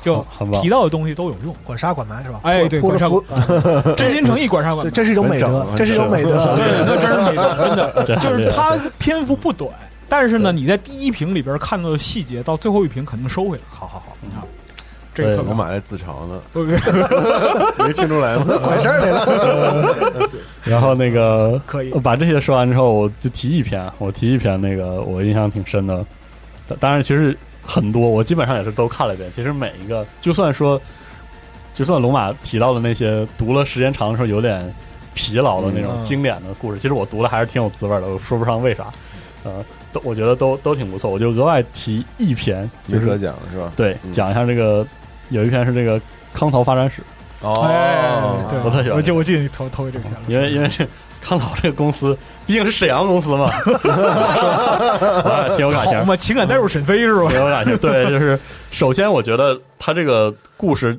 E: 就
D: 很棒
E: 提。到的东西都有
D: [LAUGHS]
E: 用，
F: 管杀管埋是吧？
E: 哎对
F: 铺
E: 管
F: 着
E: 杀
F: 服，啊
E: 真心诚意管上管埋。
F: 对，这是一种美
C: 管
F: 德
C: 长，
F: 这是一种美德。
E: 对，
D: [LAUGHS]
E: 那真是美的，真的。
D: 这
E: 就
D: 很厉
E: 是
D: 害
E: 它篇幅不短，但是呢，你在第一屏里边看到的细节，到最后一屏肯定收回来。
F: 好好好，
E: 这个特
C: 我
E: 别好，
C: 买来自嘲呢，
E: 对不
D: [LAUGHS]
E: 对？
C: 没听出来吗？
F: 管事儿来了。
D: 然后那个
E: 可以
D: 我把这些说完之后，我就提一篇，我提一篇那个我印象挺深的。当当然，其实很多，我基本上也是都看了一遍。其实每一个，就算说，就算龙马提到的那些，读了时间长的时候有点疲劳的那种
F: 嗯
D: 经典的故事，其实我读了还是挺有滋味的。我说不上为啥，呃，都我觉得都都挺不错。我就额外提一篇，就
C: 没得
D: 是
C: 奖了是吧？
D: 对
C: 嗯
D: 讲一下这个，有一篇是这个康陶发展史，
C: 哦
E: 哎，对，
D: 我特喜欢
E: 我就我记得你投投给这个片了，
D: 因为因为这康导这个公司毕竟是沈阳公 [LAUGHS] 司嘛，啊，挺有感情
E: 好，嘛，情感代入沈飞是吧？
D: 挺有感情。对，就是首先我觉得他这个故事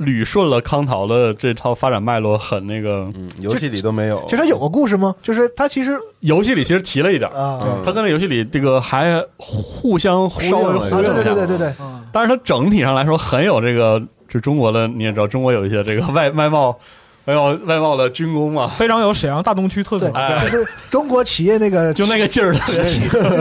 D: 捋顺了康陶的这套发展脉络，很那个
C: 嗯，游戏里都没有，
F: 其实他有个故事吗？就是他其实
D: 游戏里其实提了一点儿，
F: 啊，
C: 嗯
D: 他跟这游戏里这个还互相稍微
C: 忽
D: 忽
F: 啊
C: 略
F: 对
D: 悠
F: 对
D: 一
F: 对，
D: 下
F: 对对对，
E: 啊，
D: 但是它整体上来说很有这个，就中国的你也知道，中国有一些这个外外贸外贸外贸的军工嘛，
E: 非常有沈阳大东区特色。
D: 哎
F: 就是中国企业那个
D: [LAUGHS] 就那个劲儿，
F: 企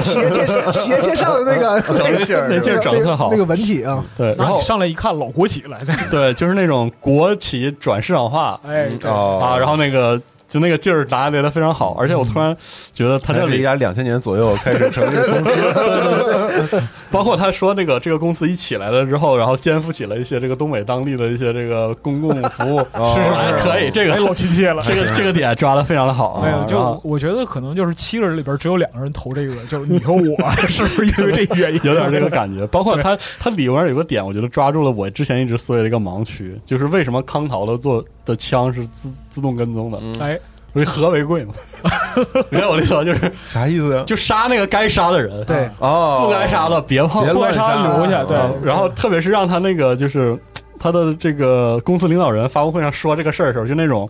F: 企业介
D: [LAUGHS]
F: 绍企业介绍的那个
D: 整那劲儿那劲儿整得特好嗯
F: 那个文体啊，
D: 对，然
E: 然后
D: 后
E: 你上来一看，老国企来的，
D: [LAUGHS] 对，就是那种国企转市场化
E: 哎， [LAUGHS]
C: 嗯
E: 对
C: 哦
D: 啊，然后那个就那个劲儿拿捏的非常好，而且我突然觉得他
C: 他
D: 这
C: 是一
D: 里，
E: 嗯
C: 家两千年左右开始成立的公司，
D: 包括他说那个这个公司一起来了之后，然后肩负起了一些这个东北当地的一些这个公共服务，
C: 哦
D: 是还可以，这个
E: 哎老亲切了。
D: 这个这个点抓的非常的好啊，
E: 没有，
D: 然
E: 就
D: 后
E: 我觉得可能就是七个人里边只有两个人投这个，就是你和我，是不是因为这个原因？
D: 有点这个感觉。包括他他里面有个点，我觉得抓住了我之前一直思维的一个盲区，就是为什么康陶的做的枪是自自动跟踪的？
C: 嗯
E: 哎，
D: 不是和为贵嘛？ [LAUGHS] 你看我的意思就是
C: 啥意思呀？啊
D: 就杀那个该杀的人，
F: 对，
C: 哦，
D: 不该杀的别碰，
C: 别
E: 不该
C: 乱哦
E: 杀留下，对
D: 啊然后特别是让他那个就是他的这个公司领导人发布会上说这个事儿的时候，就那种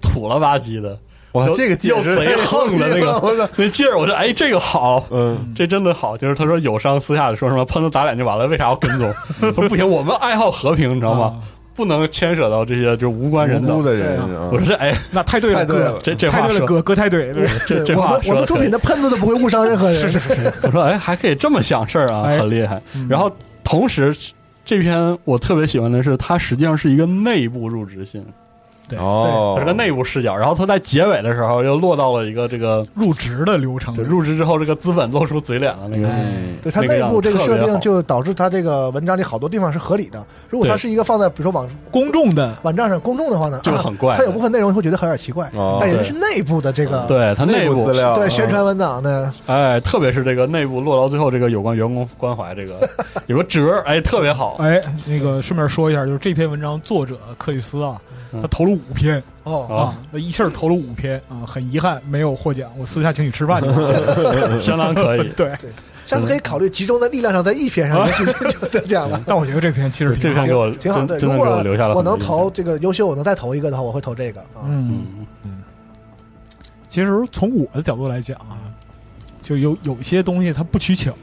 D: 土了吧唧的，
C: 哇
D: 又，
C: 这个解
D: 又
C: 释
D: 贼
C: 太
D: 横
C: 牛
D: 的那
C: 逼了
D: 个，
C: 我操，
D: 那劲儿，我说哎，这个好，
C: 嗯，
D: 这真的好。就是他说友商私下里说什么喷子打脸就完了，为啥要跟踪？他说不行，我们爱好和平，你知道吗？
E: 啊
D: 不能牵扯到这些就是无关人
C: 无辜
D: 的。
C: 的人
F: 对
C: 啊
D: 我说这哎，
E: 那太对
C: 太
E: 了，
C: 对
E: 哥，
C: 了，
D: 这这
E: 太
D: 话
E: 对了，
D: 说，
E: 哥，哥太对了，
D: 这这
F: 我
D: 话
F: 们我
D: 说
F: 们
D: 的
F: 出品的喷子都不会误伤任何人，是是是，
D: 我说哎，还可以这么想事儿啊，
E: 哎
D: 很厉害。
E: 嗯
D: 然后同时，这篇我特别喜欢的是，它实际上是一个内部入职信，
C: 哦
D: 它，是个内部视角。然后它在结尾的时候又落到了一个这个
E: 入职的流程
D: 就，入职之后这个资本露出嘴脸了那个。
E: 哎，
F: 对它
D: 嗯那个
F: 内
D: 样
F: 部
D: 子
F: 这个
D: 特
F: 设
D: 别好
F: 定就导致它这个文章里好多地方是合理的。如果它
D: 对
F: 是一个放在比如说网
E: 公众的
F: 网站上公众的话呢，
D: 就很怪
F: 啊它有部分内容会觉得有点奇怪
C: 哦，
F: 但人是内部的这个
D: 对哦它内
C: 部资料，
F: 对
C: 嗯
F: 宣传文档的，
D: 哎，特别是这个内部落到最后这个有关员工关怀
C: [LAUGHS]
D: 这个有个折儿，哎，特别好。
E: 哎，那个顺便说一下，就是这篇文章作者克里斯啊，他投了五篇
F: 哦，
D: 啊
E: 啊，那一气儿投了五篇啊，很遗憾没有获奖，我私下请你吃饭去了。。
D: 相当可以
E: [LAUGHS] 对，
F: 下次可以考虑集中在力量上，在一篇
D: [LAUGHS]
F: 上就就得奖了。
E: 但我觉得这篇其实比较
D: 这篇给我
F: 挺好
D: 真
F: 的，
D: 真
F: 如
D: 的
F: 果
D: 给我留下了
F: 我
D: 很多
F: 能
D: 印象。
F: 投这个优秀，我能再投一个的话，我会投这个啊。
E: 嗯，
D: 嗯，
E: 其实从我的角度来讲啊，就有有些东西它不取巧。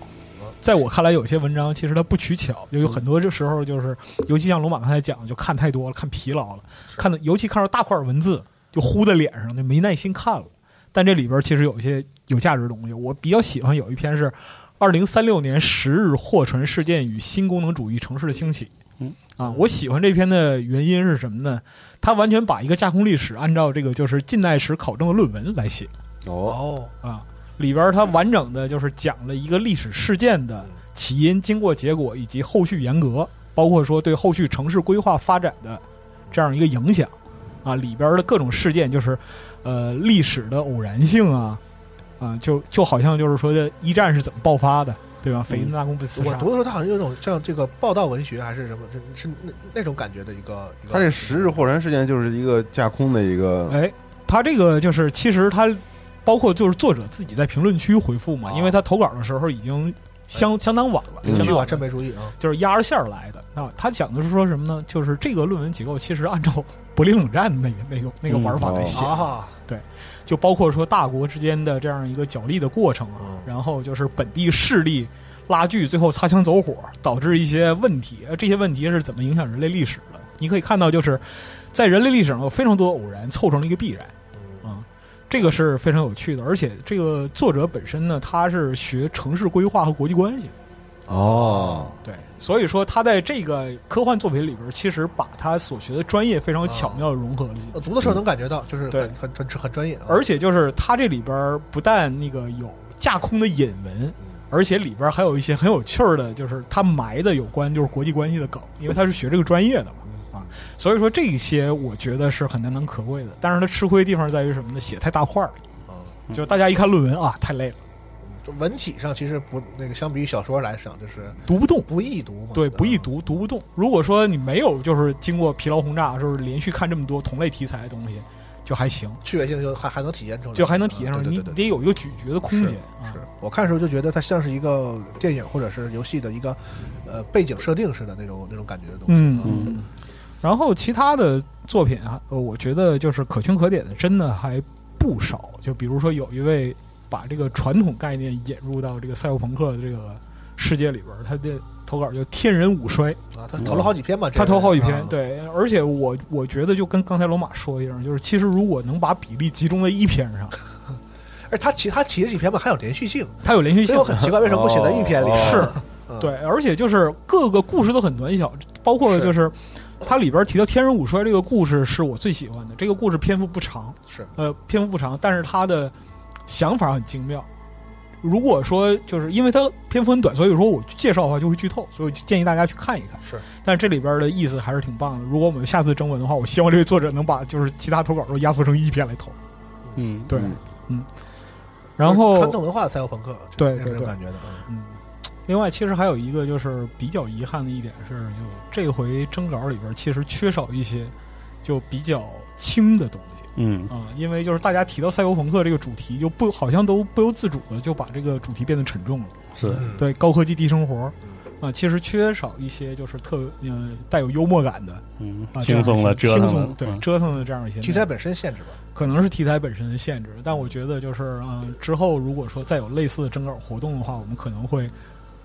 E: 在我看来，有些文章其实它不取巧，就有很多这时候就是，尤其像罗马刚才讲，就看太多了，看疲劳了，看的尤其看到大块文字就糊在脸上，就没耐心看了。但这里边其实有一些有价值的东西，我比较喜欢有一篇是《二零三六年十日货船事件与新功能主义城市的兴起》。
D: 嗯
E: 啊，我喜欢这篇的原因是什么呢？它完全把一个架空历史按照这个就是近代史考证的论文来写。
C: 哦，
F: 哦，
E: 啊，里边儿它完整的就是讲了一个历史事件的起因、经过、结果以及后续沿革，包括说对后续城市规划发展的这样一个影响啊，里边儿的各种事件就是呃历史的偶然性啊啊，就就好像就是说的一战是怎么爆发的，对吧？斐因大公被刺
F: 我
E: 杀，
F: 读的时候，它好像有种像这个报道文学还是什么，是是那那种感觉的一个。一个
C: 他这十日霍然事件就是一个架空的一个，
E: 哎，他这个就是其实他包括就是作者自己在评论区回复嘛，
F: 啊
E: 因为他投稿的时候已经相相当晚了，
C: 嗯
E: 相
F: 句
E: 当
F: 我
E: 晚了
F: 还真没注意啊。
E: 就是压着线儿来的。那他讲的是说什么呢？就是这个论文结构其实按照柏林冷战那个那个那个玩法来写，
F: 啊，
E: 就包括说大国之间的这样一个角力的过程啊，
F: 嗯
E: 然后就是本地势力拉锯，最后擦枪走火，导致一些问题。呃这些问题是怎么影响人类历史的？你可以看到，就是在人类历史上有非常多的偶然凑成了一个必然啊。这个是非常有趣的，而且这个作者本身呢，他是学城市规划和国际关系的，
C: 哦，
E: 对，所以说他在这个科幻作品里边，其实把他所学的专业非常巧妙地融合了进去。
F: 我读的时候能感觉到，就是
E: 对
F: 很很很很专业啊。
E: 而且就是他这里边不但那个有架空的引
F: 嗯
E: 文，而且里边还有一些很有趣儿的，就是他埋的有关就是国际关系的梗，因为他是学这个专业的
F: 嗯
E: 嘛啊，所以说这些我觉得是很难能可贵的。但是他吃亏的地方在于什么呢？写太大块儿
F: 嗯
E: 了，就大家一看论文啊，太累了，
F: 就文体上其实不那个，相比于小说来讲，就是
E: 读不动。
F: 不易读嘛。
E: 对，不易
F: 啊。
E: 读，读不动。如果说你没有就是经过疲劳轰炸，就是连续看这么多同类题材的东西，就还行，
F: 趣味性就还还能体现出来，
E: 就还能体验上，
F: 啊对
E: 你
F: 对对对
E: 得有一个咀嚼的空间啊
F: 是。我看的时候就觉得它像是一个电影或者是游戏的一个呃背景设定似的那种那种感觉的东西。
E: 嗯
F: 啊
D: 嗯，
E: 然后其他的作品啊，呃我觉得就是可圈可点的，真的还不少。就比如说有一位把这个传统概念引入到这个赛博朋克的这个世界里边儿，他的投稿叫《天人五衰》。
F: 啊，他投了好几篇吧，这
E: 他
F: 个
E: 投好几篇
F: 啊，
E: 对，而且我我觉得就跟刚才罗马说一样，就是其实如果能把比例集中在一篇上，
F: 而他其他起的几篇吧还有连续性，
E: 它有连续性
F: 所以我，很奇怪为什么不写在一篇里
C: 哦。
E: 是
F: 嗯
E: 对，而且就是各个故事都很短小，包括
F: 是
E: 就是它里边提到天人五衰这个故事是我最喜欢的，这个故事篇幅不长，
F: 是
E: 呃，篇幅不长，但是它的想法很精妙。如果说就是因为它篇幅很短，所以说我介绍的话就会剧透，所以我建议大家去看一看。
F: 是，
E: 但是这里边的意思还是挺棒的。如果我们下次征文的话，我希望这位作者能把就是其他投稿都压缩成一篇来投。
D: 嗯，
E: 对
C: 嗯，
E: 嗯，然后
F: 传统文化的赛博朋克，
E: 对
F: 就是
E: 对
F: 那
E: 对
F: 种感觉的。嗯
E: 嗯，另外，其实还有一个就是比较遗憾的一点是，就这回征稿里边其实缺少一些就比较轻的东西
D: 嗯，
E: 啊、因为就是大家提到赛博朋克这个主题，就不好像都不由自主的就把这个主题变得沉重了，
D: 是
F: 嗯
E: 对，高科技低生活，啊，其实缺少一些就是特嗯、带有幽默感的
D: 嗯，
E: 啊，这样
D: 轻
E: 一些
D: 松了，折
E: 轻
D: 腾
E: 松
D: 了，
E: 对、
D: 嗯
E: 折腾的这样一些
F: 题
E: 内
F: 材
E: 容
F: 本身限制吧。
E: 可能是题材本身的限制，但我觉得就是嗯、之后如果说再有类似的征稿活动的话，我们可能会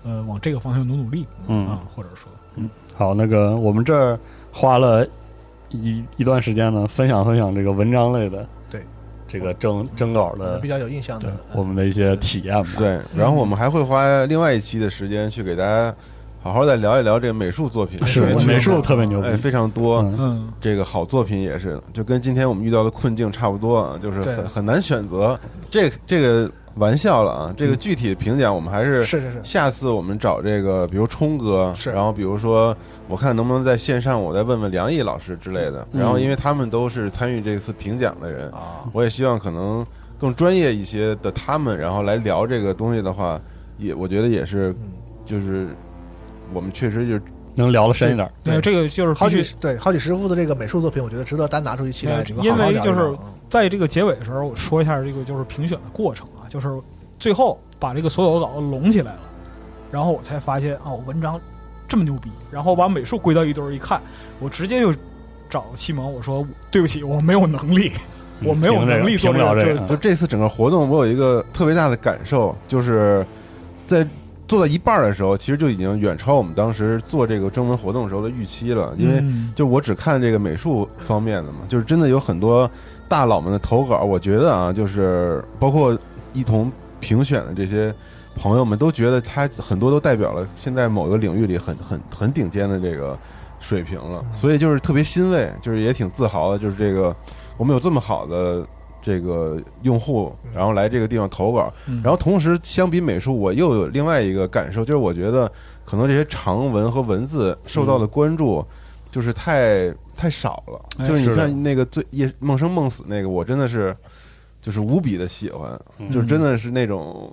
E: 呃往这个方向努努力
D: 嗯
E: 啊，或者说
D: 好，那个我们这儿花了一一段时间呢，分享分享这个文章类的，
F: 对
D: 这个征征稿
F: 可能
D: 的
F: 比，较有印象
D: 呃对
F: 的，嗯
D: 我们的一些体验吧。
C: 对，然后我们还会花另外一期的时间去给大家好好再聊一聊这个美术作品，
D: 哎是
C: 因为
D: 美术特别牛逼
C: 哎，非常多。
D: 嗯
E: 嗯
C: 这个好作品也是，就跟今天我们遇到的困境差不多啊，就是
F: 对
C: 很很难选择。这这个玩笑了啊，这个具体的评奖我们还是
F: 是是是
C: 下次我们找这个，比如冲哥，
F: 是
C: 然后比如说我看能不能在线上，我再问问梁毅老师之类的。
D: 嗯
C: 然后因为他们都是参与这次评奖的人，
F: 啊，
C: 我也希望可能更专业一些的他们，然后来聊这个东西的话，也我觉得也是
F: 嗯，
C: 就是我们确实就是
D: 能聊的深一点。
E: 没有这个就是
F: 好
E: 必
F: 几
E: 须
F: 对好几十幅的这个美术作品，我觉得值得单拿出一期来，
E: 呃
F: 你们好好
E: 因为就是
F: 聊一聊啊
E: 在这个结尾的时候，我说一下这个就是评选的过程啊，就是最后把这个所有的稿子拢起来了，然后我才发现哦，文章这么牛逼，然后把美术归到一堆儿一看，我直接就找西蒙，我说对不起，我没有能力，
D: 嗯
E: 我没有
D: 评这个
E: 能力做
D: 评不了
E: 这
D: 这
E: 个
D: 个
C: 就这次整个活动，我有一个特别大的感受，就是在做到一半儿的时候，其实就已经远超我们当时做这个征文活动时候的预期了，因为
E: 嗯
C: 就我只看这个美术方面的嘛，就是真的有很多大佬们的投稿，我觉得啊，就是包括一同评选的这些朋友们，都觉得他很多都代表了现在某个领域里很很很顶尖的这个水平了，所以就是特别欣慰，就是也挺自豪的，就是这个我们有这么好的。这个用户，然后来这个地方投稿，
E: 嗯
C: 然后同时相比美术，我又有另外一个感受，就是我觉得可能这些长文和文字受到的关注，就是太太少了。
E: 嗯哎
C: 就是
D: 是
C: 你
D: 的
C: 看那个最夜梦生梦死那个，我真的是就是无比的喜欢，
D: 嗯
C: 就是真的是那种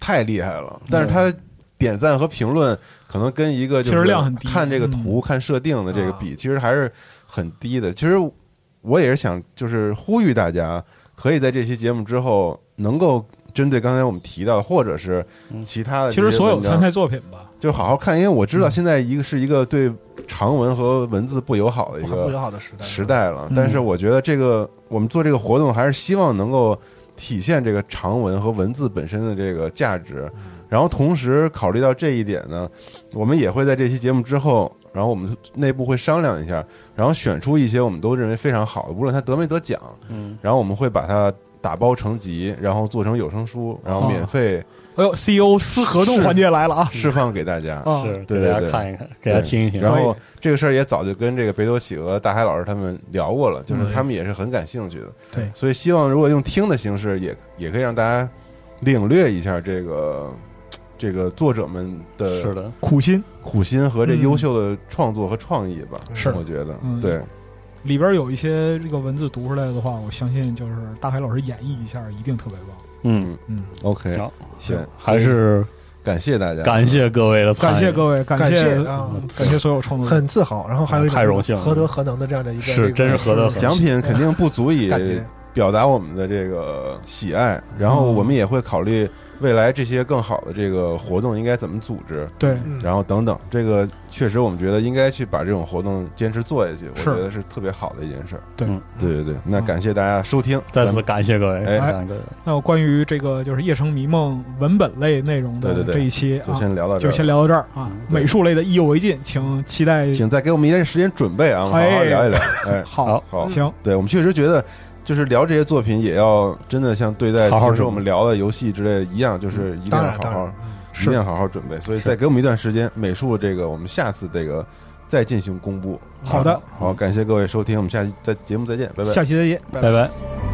C: 太厉害
E: 嗯
C: 了。但是他点赞和评论可能跟一个就
E: 其
C: 是
E: 实量很低嗯
C: 看这个图、看设定的这个比，其实还是很低的。其实我也是想就是呼吁大家，可以在这期节目之后能够。针对刚才我们提到，或者是其他的这
E: 其
C: 些文章，
E: 实所有参赛作品吧，
C: 就好好看，因为我知道现在一个是一个对长文和文字不友好的一
F: 很不友
C: 个
F: 好的时代，
C: 时代了，但是我觉得这个我们做这个活动还是希望能够体现这个长文和文字本身的这个价值，然后同时考虑到这一点呢，我们也会在这期节目之后，然后我们内部会商量一下，然后选出一些我们都认为非常好的，无论它得没得奖，
D: 嗯，
C: 然后我们会把它打包成集，然后做成有声书，然后免费
E: 哎呦，CEO 撕合同
C: 是
E: 环节来了啊
C: 释放给大家。
E: 啊，
D: 是
C: 对
D: 给
C: 对
D: 大家
C: 对
D: 看一看，给大家
C: 对
D: 听一听。哎
C: 然后
E: 可以
C: 这个事儿也早就跟这个北斗企鹅、大海老师他们聊过了，就是他们也是很感兴趣的。
E: 对
C: 所以希望如果用听的形式也，也可以让大家领略一下这个这个作者们
D: 是
C: 的
E: 呃
D: 的，
E: 苦心
C: 苦心和这
E: 嗯
C: 优秀的创作和创意吧。
E: 是
C: 我觉得、
E: 嗯
C: 对，
E: 里边有一些这个文字读出来的话，我相信就是大海老师演绎一下，一定特别棒。
D: 嗯，
E: 嗯，
C: OK，
D: 好
C: 行，
D: 还是
C: 感谢大家，
D: 感谢各位的参
E: 感
D: 与，
E: 谢各位，感
F: 感
E: 谢呃嗯
F: 谢啊，
E: 感谢所有创作者。
F: 很自豪，然后还有一种
D: 嗯太荣幸了
F: 何德何能的这样的一个，这
D: 是
F: 个
D: 真是何德何能
C: 奖品肯定不足以
F: 感觉
C: 表达我们的这个喜爱，然后我们也会考虑未来这些更好的这个活动应该怎么组织。
E: 对，
F: 嗯
C: 然后等等，这个确实我们觉得应该去把这种活动坚持做下去，我
E: 是
C: 觉得是特别好的一件事儿。
E: 对
D: 嗯
C: 对对对，那感谢大家收听，
D: 再
C: 咱
D: 次
C: 们
D: 感谢各位，
C: 哎
D: 感谢各位，
E: 那我关于这个就是《夜城迷梦》文本类内容
C: 对
E: 的
C: 对对
E: 这一期
C: 就
E: 啊，
C: 先聊到这
E: 就
C: 儿，嗯
E: 先聊到这儿啊。
C: 对
E: 美术类的意犹未尽，请期待。
C: 请再给我们一点时间准备啊，我们好好
E: 哎
C: 聊一聊。哎，
E: 好，
C: 好，
E: 行，
C: 对我们确实觉得，就是聊这些作品也要真的像对待
D: 好好
C: 平时
D: 准备
C: 我们聊的游戏之类的一样，就是一定
F: 当
C: 要
F: 然
C: 好
F: 当
C: 好
F: 然，，
C: 一定要好好准备。所以再给我们一段时间，美术这个我们下次这个再进行公布。
E: 好的，
C: 好，感谢各位收听，我们下期在节目再见，拜拜。
E: 下期再见。
D: 拜拜。
F: 拜